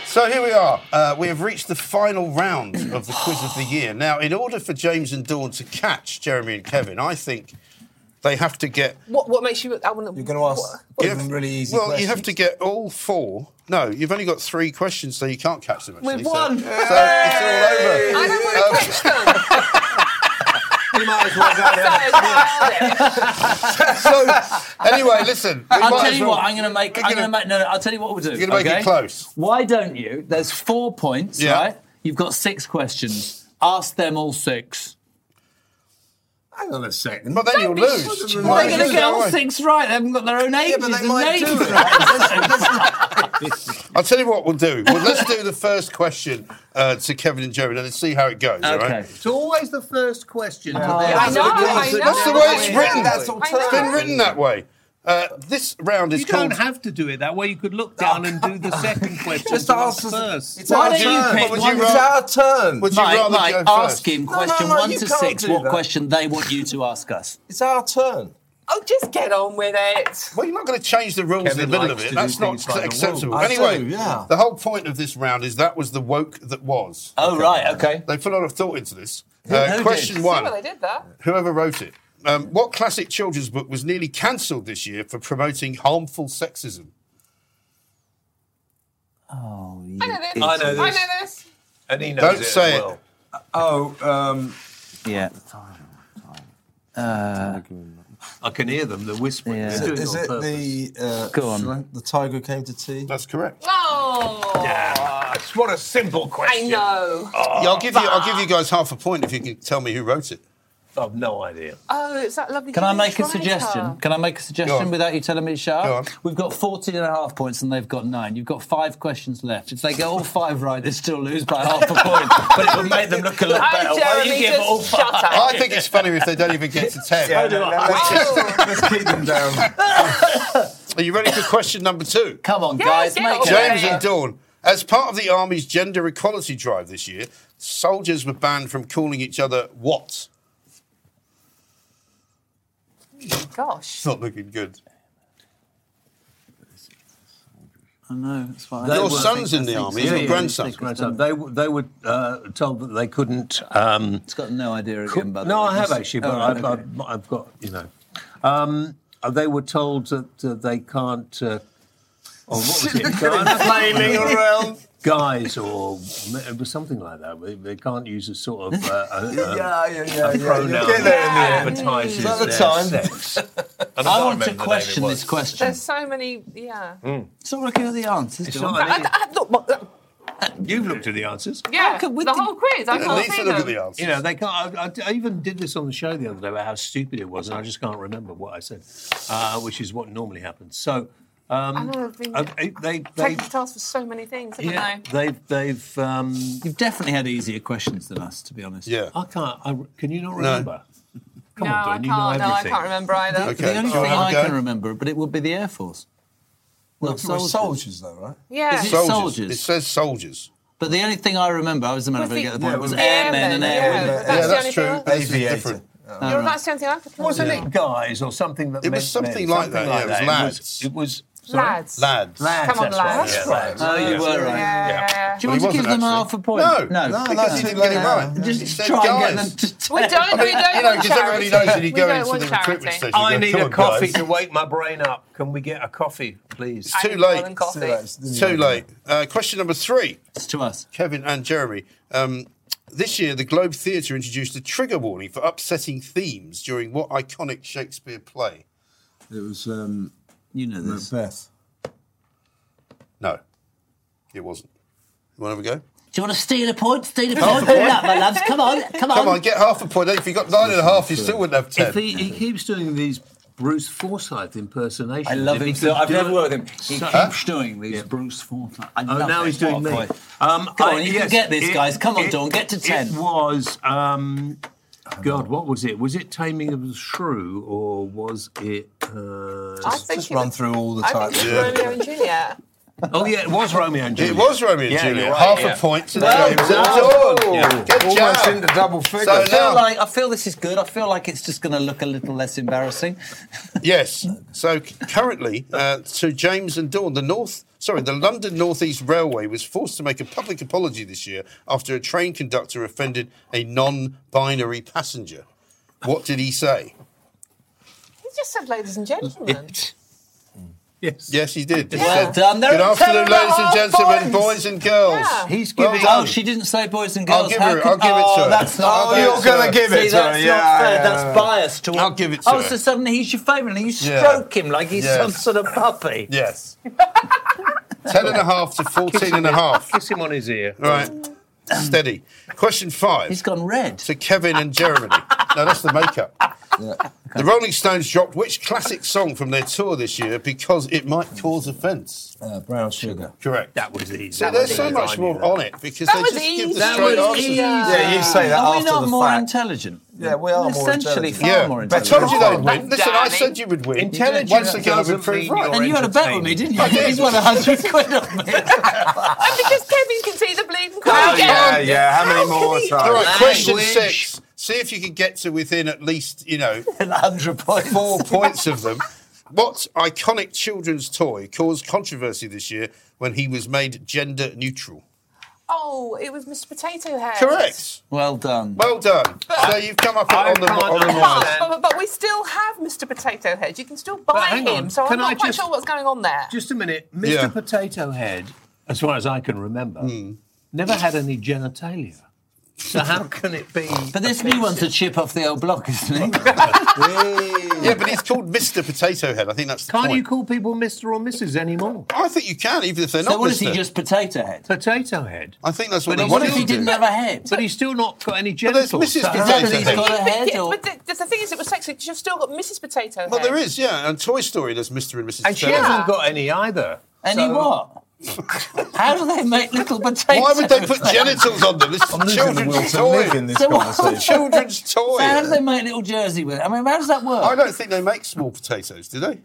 S1: So here we are. Uh, we have reached the final round of the quiz of the year. Now, in order for James and Dawn to catch Jeremy and Kevin, I think they have to get.
S3: What, what makes you. I want
S4: You're going to ask
S1: you have-
S4: them really easy
S1: well,
S4: questions.
S1: you have to get all four. No, you've only got three questions, so you can't catch them. Actually,
S3: We've
S1: so-
S3: won.
S1: So, it's all over. Um,
S3: I don't want to catch them.
S4: You might as well go down.
S3: So,
S1: So anyway, listen. we
S8: I'll
S1: might
S8: tell
S1: as
S8: you
S1: well-
S8: what. I'm going to make.
S1: We're
S8: I'm
S1: gonna-
S8: going to make. No, no. I'll tell you what we'll do.
S1: You're gonna make it
S8: okay?
S1: close.
S8: Why don't you? There's four points,
S1: Yeah.
S8: right? You've got six questions. Ask them all six.
S4: Hang on a second.
S1: But then you'll lose.
S4: Well,
S1: Why
S8: They're going
S1: don't you
S4: Right,
S8: to
S4: so
S8: get
S1: go
S8: all
S1: away?
S8: six right. They haven't got their own ages
S4: Yeah, but they
S8: and
S4: might do
S8: names.
S4: that. That's- that's-
S1: I'll tell you what we'll do. Well, let's do the first question uh, to Kevin and Jeremy, and let's see how it goes. All right.
S8: Okay.
S5: It's always the first question.
S3: I know, I know.
S1: That's the way it's written.
S4: That's
S1: It's been written that way. Uh, this round is
S5: You
S1: called.
S5: don't have to do it that way. You could look down and do the second question.
S4: Just
S5: to
S4: ask
S5: us
S4: us-
S5: first.
S4: It's
S8: Why
S4: our
S8: don't you
S4: turn.
S8: pick
S4: Would
S8: one-
S4: It's our turn.
S1: Would you
S8: Mike,
S1: rather
S8: Mike,
S1: go
S8: ask
S1: first?
S8: him
S4: no,
S8: question
S4: no,
S8: one
S4: you
S8: to
S4: can't
S8: six.
S4: do
S8: What
S4: that.
S8: question they want you to ask us?
S4: It's our turn.
S3: oh, just get on with it.
S1: Well, you're not going to change the rules in
S5: Kevin
S1: the middle of
S5: likes
S1: it.
S5: to
S1: That's
S5: do
S1: not
S5: things by the
S1: acceptable.
S4: rules. I
S1: Anyway,
S4: do, yeah.
S1: the whole point of this round is that was the woke that was.
S8: Oh right, okay.
S1: They put a lot of thought into this. Uh,
S8: did?
S1: question
S3: See
S1: one.
S3: what they did there.
S1: whoever wrote it. Um, what classic children's book was nearly cancelled this year for promoting harmful sexism?
S3: I know this.
S5: I know
S3: I
S5: this.
S3: know this.
S5: and he knows
S1: Don't
S5: it as
S1: say it.
S5: well.
S4: Oh, um,
S2: Yeah. Uh,
S5: I can hear them. They're whispering.
S2: Yeah.
S5: They're
S2: Is
S5: doing
S4: is
S5: on
S4: it
S5: purpose.
S4: the uh,
S2: Go on.
S4: The tiger came to tea.
S1: That's correct.
S3: Oh,
S5: Ah, it's- what a simple
S3: I
S5: question.
S3: know.
S1: yeah, I'll give you. I'll give you guys half a point if you can tell me who wrote it.
S5: I've no idea.
S3: Oh, it's that lovely.
S2: Can I
S3: huge
S2: make a
S3: rider.
S2: suggestion? Can I make a
S1: Go
S2: suggestion
S1: on.
S2: without you telling me it's
S1: Go on.
S2: sharp? We've got 14 and a half points and they've got nine. You've got five questions left. If they get all five right, they still lose by half a point. But it will make them look a lot
S3: Oh,
S2: better. Why don't
S3: Jeremy,
S2: you give all
S3: just
S2: five?
S3: shut up.
S1: I think it's funnier if they don't even get to 10.
S4: Yeah, let,
S3: Oh
S4: us keep them down.
S1: Are you ready for question number two?
S2: Come on,
S3: Yeah,
S2: guys,
S3: get
S2: make
S3: on
S2: it.
S3: with
S1: James
S3: Yeah.
S1: and Dawn, as part of the Army's gender equality drive this year, soldiers were banned from calling each other what?
S3: Gosh.
S1: It's not looking good.
S2: I know, that's why.
S1: Your son's in the Army, isn't
S5: Yeah,
S1: your
S5: yeah,
S1: grandson?
S5: Right, so they were- they were uh, told that they couldn't. Um,
S2: It's got no idea again, by the
S5: no,
S2: way.
S5: I have
S2: Just-
S5: actually,
S2: Oh,
S5: but
S2: right,
S5: I've,
S2: okay.
S5: I've, I've got you know. Um, they were told that uh, they can't. Uh, or what was it?
S4: Flaming around.
S5: guys or it was something like that. They- They can't use a sort of uh, a, a,
S4: Yeah, yeah, yeah.
S5: a
S4: yeah.
S5: pronoun
S4: You'll get there in the
S5: that
S4: end.
S5: advertises
S4: Not the
S5: their
S4: time.
S5: sex.
S2: I want to question this question.
S3: There's so many. Yeah.
S2: Stop looking at the answers.
S5: It's
S2: John.
S5: not
S3: I,
S5: an
S3: I, look, what,
S5: You've looked at the answers.
S3: yeah.
S2: could-
S3: the
S2: with the-
S3: whole quiz. I
S1: At
S3: can't
S1: least
S3: see
S1: they look
S3: them.
S1: at the answers.
S5: You know, they can't. I, I- I even did this on the show the other day about how stupid it was, and I just can't remember what I said, uh, which is what normally happens. So,
S3: I know I've been
S5: uh, they, they,
S3: taken to task for so many things, haven't
S5: yeah,
S3: I?
S5: they've, they've. Um,
S2: You've definitely had easier questions than us, to be honest.
S1: Yeah.
S5: I can't. I, can you not remember? Come
S3: no,
S5: on, Dawn,
S3: I
S5: you
S3: can't.
S5: know
S3: no, I
S5: everything.
S3: can't remember either.
S1: Okay.
S2: The only
S1: I'll
S2: thing
S1: have a
S2: I
S1: go.
S2: can remember, but it would be the Air Force.
S4: Well,
S2: Not
S4: if you were
S2: soldiers.
S4: soldiers, though, right?
S3: Yeah.
S2: Is it
S1: soldiers.
S2: soldiers.
S1: It says soldiers.
S2: But the only thing I remember, I was the man
S3: Was
S2: who
S3: the-
S2: get the point,
S4: Yeah,
S2: was
S4: we-
S2: airmen and
S3: yeah,
S2: airwomen.
S3: but that's the
S1: that's
S3: only
S1: true.
S3: thing. I-
S1: This is
S4: Aviator.
S1: different.
S3: You're right. That's the only thing I could. think
S5: Wasn't
S3: of.
S5: it guys or something that
S1: It was
S5: meant
S1: something
S5: men,
S1: like that, yeah, it was lads.
S5: It was, it was sorry?
S3: Lads.
S1: Lads.
S5: Lads,
S3: Come on,
S5: that's right,
S3: lads.
S5: yeah,
S4: That's
S5: lads.
S2: Oh, you were right.
S3: Yeah.
S2: Do you
S1: Well,
S2: want
S1: he
S2: to give
S1: wasn't,
S2: them half a
S1: actually.
S2: point?
S1: No,
S4: no,
S1: because
S4: no,
S1: he didn't get it
S4: no.
S1: right. He
S2: Just
S1: said
S2: try and
S1: guys.
S2: get them to
S3: We don't. We don't.
S1: You know,
S3: want
S1: because everybody knows
S3: charity.
S1: that you go
S3: we don't
S1: into
S3: want
S1: the
S3: charity.
S1: recruitment station.
S5: I
S1: you go,
S5: need
S1: "Come
S5: a
S1: on,
S5: coffee
S1: guys."
S5: to wake my brain up. Can we get a coffee, please?
S1: It's
S3: I
S1: too
S3: need
S1: late.
S3: more than coffee.
S4: It's
S1: It's
S4: too
S1: too
S4: late.
S1: late. Uh, question number three.
S2: It's to us.
S1: Kevin and Jeremy. Um, this year, the Globe Theatre introduced a trigger warning for upsetting themes during what iconic Shakespeare play?
S4: It was um,
S2: You know this.
S4: Macbeth.
S1: No, it wasn't. You want to have a go?
S9: Do you want to steal a point? Steal a point? Pull it up, my loves. Come on, come on.
S1: Come on, get half a point. If you got nine and a half, you still wouldn't have ten.
S5: Um, If he, he keeps doing these Bruce Forsyth impersonations,
S2: I love
S5: if
S2: him.
S5: he
S2: So
S5: could
S2: I've
S5: do
S2: never
S5: it-
S2: worked with him. He
S5: So-
S2: keeps doing these Bruce Forsyth. I
S5: Oh,
S2: love
S5: now
S2: it.
S5: he's doing
S2: What a
S5: me.
S2: boy.
S5: Um,
S2: Come on, you can get this, guys. Come on,
S5: it-
S2: Dawn, get to
S5: It
S2: 10.
S5: was, um, God, what was it? Was it Taming of the Shrew or was it? Uh,
S3: I think
S4: Just
S3: it
S4: run
S3: was-
S4: through all the
S3: I think
S4: types.
S3: it's Romeo and Juliet.
S5: oh, yeah, it was Romeo and Juliet.
S1: it was Romeo and
S5: Yeah,
S1: Juliet.
S5: you're right,
S1: half
S5: yeah.
S1: a point to
S5: Well
S1: James and Dawn. Good
S4: Almost
S1: job.
S4: into double figures.
S1: So
S2: I feel
S1: now-
S2: like I feel this is good. I feel like it's just going to look a little less embarrassing.
S1: Yes. So c- currently, uh, to James and Dawn, the North, sorry, the London North East Railway was forced to make a public apology this year after a train conductor offended a non-binary passenger. What did he say?
S3: He just said, "Ladies and gentlemen."
S5: Yes.
S1: Yes, he did. He
S2: Well done. There
S1: Good
S2: are
S1: afternoon,
S2: ten and a
S1: ladies and
S2: half
S1: gentlemen,
S2: points."
S1: boys and girls.
S3: Yeah.
S5: He's
S1: Well
S5: giving.
S1: done.
S2: Oh, she didn't say boys and girls.
S1: I'll give
S2: How
S1: her.
S2: could-
S1: I'll give it to
S2: oh,
S1: her.
S2: That's not.
S1: I'll
S4: you're
S1: give it to
S4: gonna
S1: her.
S4: give it
S2: See,
S4: to
S2: that's not
S4: her. Yeah,
S2: fair.
S4: yeah,
S2: that's
S4: yeah.
S2: biased toward.
S1: I'll give it to
S2: Oh,
S1: her.
S2: so suddenly he's your favourite, and you
S1: Yeah.
S2: stroke him like he's
S1: Yes.
S2: some sort of puppy.
S1: Yes. Ten and a half to fourteen and a half.
S5: Kiss him on his ear.
S1: All right. Steady. Question five.
S2: He's gone red.
S1: to Kevin and Jeremy. no, that's the makeup. The Rolling Stones dropped which classic song from their tour this year because it might cause offence?
S4: Uh, brown sugar.
S1: Correct.
S5: That was easy.
S1: So there's so much more on it because they
S3: was
S1: just give
S3: easy.
S1: the
S3: That
S1: straight
S2: was
S1: answers.
S2: easy.
S4: Yeah, you say that
S2: Are we
S4: after
S2: not
S4: the
S2: more
S4: fact.
S2: intelligent?
S4: Yeah, we are more
S2: Essentially
S4: intelligent.
S2: far
S1: Yeah,
S2: more
S1: I
S2: intelligent.
S1: told you they'd win.
S3: Oh,
S1: Listen, I
S3: darling.
S1: said you would win.
S5: Intelligent
S1: Once again, I've
S5: doesn't
S1: been proved
S5: mean
S1: right.
S5: you're-
S2: And you had a bet with me, didn't you?
S1: I did.
S2: He's won a hundred quid on me.
S3: And because Kevin can see the bleeding
S4: Oh,
S3: colour
S4: yeah,
S3: again.
S4: yeah. How many more
S1: All right,
S4: times?
S1: question
S5: Language.
S1: six. See if you can get to within at least, you know,
S2: hundred points.
S1: four points of them. What iconic children's toy caused controversy this year when he was made gender neutral?
S3: Oh, it was Mr. Potato Head.
S1: Correct.
S2: Well done.
S1: Well done. So you've come up
S5: I
S1: on the
S5: can't
S1: on the
S5: understand.
S1: wires.
S3: But, but, but we still have Mr. Potato Head. You can still buy
S5: hang
S3: him,
S5: on,
S3: so
S5: can
S3: I'm not
S5: I
S3: quite
S5: just-
S3: sure what's going on there.
S5: Just a minute, Mr.
S1: Yeah. Hmm.
S5: Potato Head, as far as I can remember, never had any genitalia. So how can it be?
S2: But this new one's a chip off the old block, isn't it?
S1: Yeah, but it's called Mr. Potato Head. I think that's the
S5: Can't
S1: point.
S5: you call people Mr. or Mrs. anymore?
S1: I think you can, even if they're
S2: so
S1: not
S2: what
S1: Mr.
S2: is he, just potato head?
S5: Potato head.
S1: I think that's what
S5: But
S1: they
S5: what
S1: want
S2: if
S1: you
S2: he
S1: to
S2: didn't
S1: do.
S2: have a head?
S5: But he's still not got any
S1: But there's
S5: genitals.
S1: Mrs.
S5: so-
S1: Potato
S2: He's
S1: Head.
S2: got a head
S3: Yeah,
S2: or...
S3: but the, the thing is, it was sexy because you've still got Mrs. Potato Head.
S1: Well, there is, yeah. And Toy Story, there's Mr. and Mrs.
S5: And she
S1: Potato Head.
S5: hasn't got any either.
S2: Any what? How do they make little potatoes?
S1: Why would they put genitals on them? This is children's toy.
S4: in this
S2: So what-
S4: conversation.
S1: Children's toy.
S2: So how do they make little jersey with it? I mean, how does that work?
S1: I don't think they make small potatoes, do they?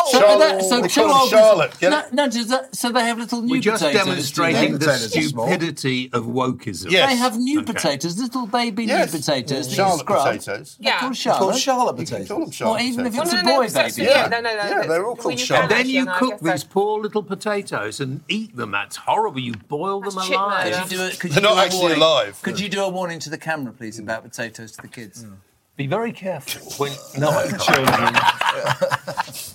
S3: Oh,
S2: So,
S1: Charlotte-
S2: that- so
S1: they
S2: two
S1: call them
S2: old-
S1: Charlotte. Get
S2: No,
S1: it?
S2: no, does that, so they have little new
S5: We're just
S2: potatoes. do they?
S5: demonstrating the
S4: Potatoes are small.
S5: stupidity of wokeism.
S1: Yes.
S2: They have new
S5: Okay.
S2: potatoes, little baby
S1: Yes.
S2: new potatoes. that you
S1: Charlotte
S2: scrub.
S1: potatoes.
S2: They're
S3: Yeah.
S2: called
S3: It's
S2: Charlotte.
S4: Called Charlotte
S1: You can
S4: potatoes.
S1: call them Charlotte
S2: Or even if
S1: potatoes.
S2: it's
S3: no,
S2: a
S3: no,
S2: boy
S3: no, sexy-
S2: baby.
S1: Yeah.
S3: yeah. no, no, no.
S1: Yeah,
S3: that's-
S1: they're all
S3: well,
S1: called
S3: you
S1: Charlotte.
S3: can
S5: Then
S3: actually,
S5: you
S3: no, I
S5: cook
S3: guess
S5: these
S3: so.
S5: poor little potatoes and eat them. That's horrible. You boil
S3: That's
S5: them
S3: chip
S5: alive.
S3: murder.
S2: Could you do a- could you
S1: They're
S2: do
S1: not
S2: a
S1: actually
S2: warning-
S1: alive. Hmm.
S2: Could you do a warning to the camera, please, about potatoes to the kids?
S5: Be very careful when no children.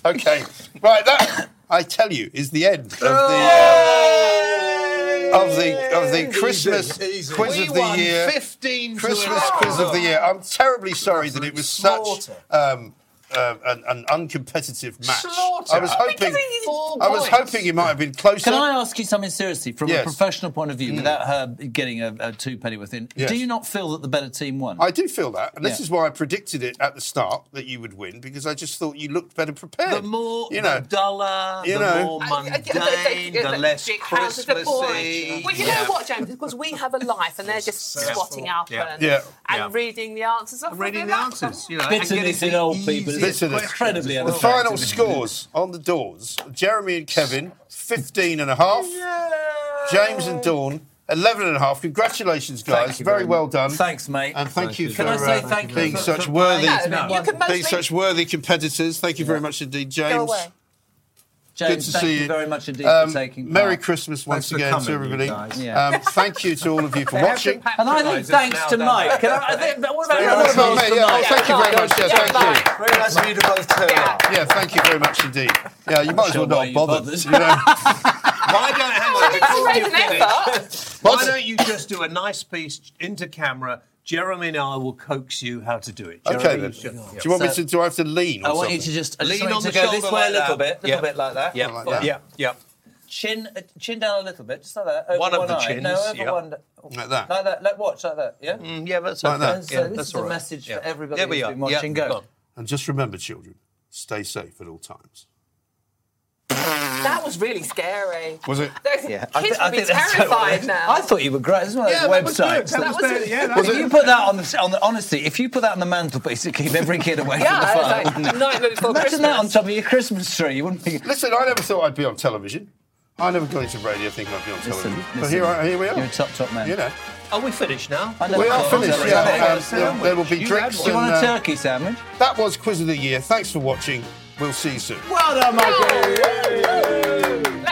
S1: Okay. Right, that, I tell you, is the end
S5: Oh!
S1: of the. uh, Of the of the Christmas
S4: easy.
S1: quiz
S5: We
S1: of the
S5: won
S1: year,
S5: 15 to
S1: Christmas
S5: 11.
S1: quiz of the year. I'm terribly sorry that it was such
S4: Slaughter.
S1: um, uh, an, an uncompetitive match.
S5: Slaughter.
S1: I was hoping
S3: Because he- Four
S1: I was
S5: points.
S1: hoping it might have been closer.
S2: Can I ask you something seriously, from
S1: Yes. Hmm.
S2: a professional point of view, without her getting a, a two pennyworth in?
S1: Yes.
S2: Do you not feel that the better team won?
S1: I do feel that, and this
S2: Yeah.
S1: is why I predicted it at the start that you would win because I just thought you looked better prepared.
S5: The more
S1: you know,
S5: the duller,
S1: you
S5: the
S1: know.
S5: more
S3: I- I- I-
S5: mundane,
S3: they- they-
S5: the
S3: they-
S5: less
S3: big houses, they're
S5: Christmassy.
S3: boring. Well, you know what, James? Because we have a life, and they're just squatting up
S5: Yeah.
S3: and,
S1: Yeah.
S3: and
S5: Yeah.
S3: reading the answers. off of
S5: reading the
S3: their
S5: answers. You know,
S2: Bitterness
S5: and getting
S2: in
S5: the
S2: old people is
S5: easiest
S1: Bitterness.
S5: questions.
S2: Incredibly
S1: the
S2: unfair.
S1: final scores on the doors: Jeremy and Kevin, 15 and a half. James
S3: Oh.
S1: and Dawn, 11 and a half. Congratulations, guys!
S2: Thank you
S1: very,
S2: very
S1: well done.
S2: Um, Thanks, mate.
S1: And thank, you for
S2: Can I say
S1: uh,
S2: thank you
S1: being
S2: for-
S1: such
S2: for
S1: worthy,
S3: Yeah, no, you can
S1: being
S3: mostly
S1: such worthy competitors. Thank you very much indeed, James.
S3: Go away.
S2: James,
S1: Good to
S2: thank
S1: see
S2: you
S1: you.
S2: very much indeed
S1: Um,
S2: for taking part.
S1: Merry Christmas once
S4: Thanks for
S1: again
S4: coming,
S1: to
S4: you
S1: everybody.
S4: guys.
S2: Yeah.
S1: Um, thank you to all of you for watching.
S2: And I think thanks to Mike. Can I, I think, what about
S1: Yeah, what
S2: everyone
S1: about
S2: else?
S1: me? Yeah, oh, thank you very much. Yeah,
S3: Yeah,
S1: thank you.
S3: bye.
S4: Very nice of you to both turn
S3: Yeah.
S4: up.
S1: Yeah, thank you very much indeed. Yeah, you might as well
S2: sure why
S1: not
S2: you
S1: bother.
S2: bothered.
S1: You know,
S5: Why don't hang on?
S3: It's
S5: before you
S3: raising
S5: finish,
S3: effort.
S5: Why don't you just do a nice piece into camera? Jeremy and I will coax you how to do it.
S1: okay
S5: Jeremy,
S1: then.
S5: just-
S1: Do you want me
S2: So-
S1: to? Do I have to lean? Or
S2: I want you to
S1: something?
S2: just I just
S5: Lean
S2: want you
S5: on
S2: to
S5: the
S2: go
S5: shoulder
S2: this
S5: like
S2: way a little
S5: that.
S2: bit, little
S5: Yeah.
S2: bit like that.
S5: Yeah,
S1: Like that.
S5: yeah, yeah.
S2: Chin, uh, chin down a little bit, just like that. Over
S5: One of the
S2: eye. No,
S5: chins,
S2: over
S5: yeah.
S2: one.
S1: Like that.
S2: Like that. Let watch like that. Yeah.
S5: Mm, yeah, that's
S1: Like
S5: okay.
S1: that.
S2: And so
S5: Yeah,
S2: this
S5: that's
S2: is
S5: all
S2: a
S5: right.
S2: message
S5: Yeah.
S2: for everybody
S5: There we
S2: who's
S5: are.
S2: been watching.
S5: Yeah,
S2: Go.
S5: go on.
S1: And just remember, children, stay safe at all times.
S3: That was really scary.
S1: Was it?
S3: Those
S2: Yeah, I thi-
S3: Kids
S2: I
S3: would be
S2: think that's so
S3: terrified
S2: weird.
S3: now.
S2: I thought you were great as well.
S5: Yeah,
S2: Yeah,
S5: that was
S2: websites.
S5: good. That was better. Yeah, that
S2: if you put that on the, on the honestly, if you put that on the mantelpiece, to keep every kid away from
S3: yeah,
S2: the fire.
S3: I was like, nightmare before
S2: Imagine
S3: Christmas.
S2: that on top of your Christmas tree. You wouldn't be.
S1: Listen, I never thought I'd be on television. I never got into radio thinking I'd be on television. but
S2: listen.
S1: here, I, here we are.
S2: You're a top top man.
S1: You know,
S5: Are we finished now?
S2: I never
S1: we are
S2: thought-
S1: finished.
S2: Do
S1: Yeah,
S2: you
S1: um,
S2: want
S1: there- there will be
S5: You
S1: drinks.
S2: a-
S5: had
S2: you want a
S1: and, uh,
S2: turkey sandwich?
S1: that was quiz of the year. Thanks for watching. We'll see you soon.
S5: Well done, Michael.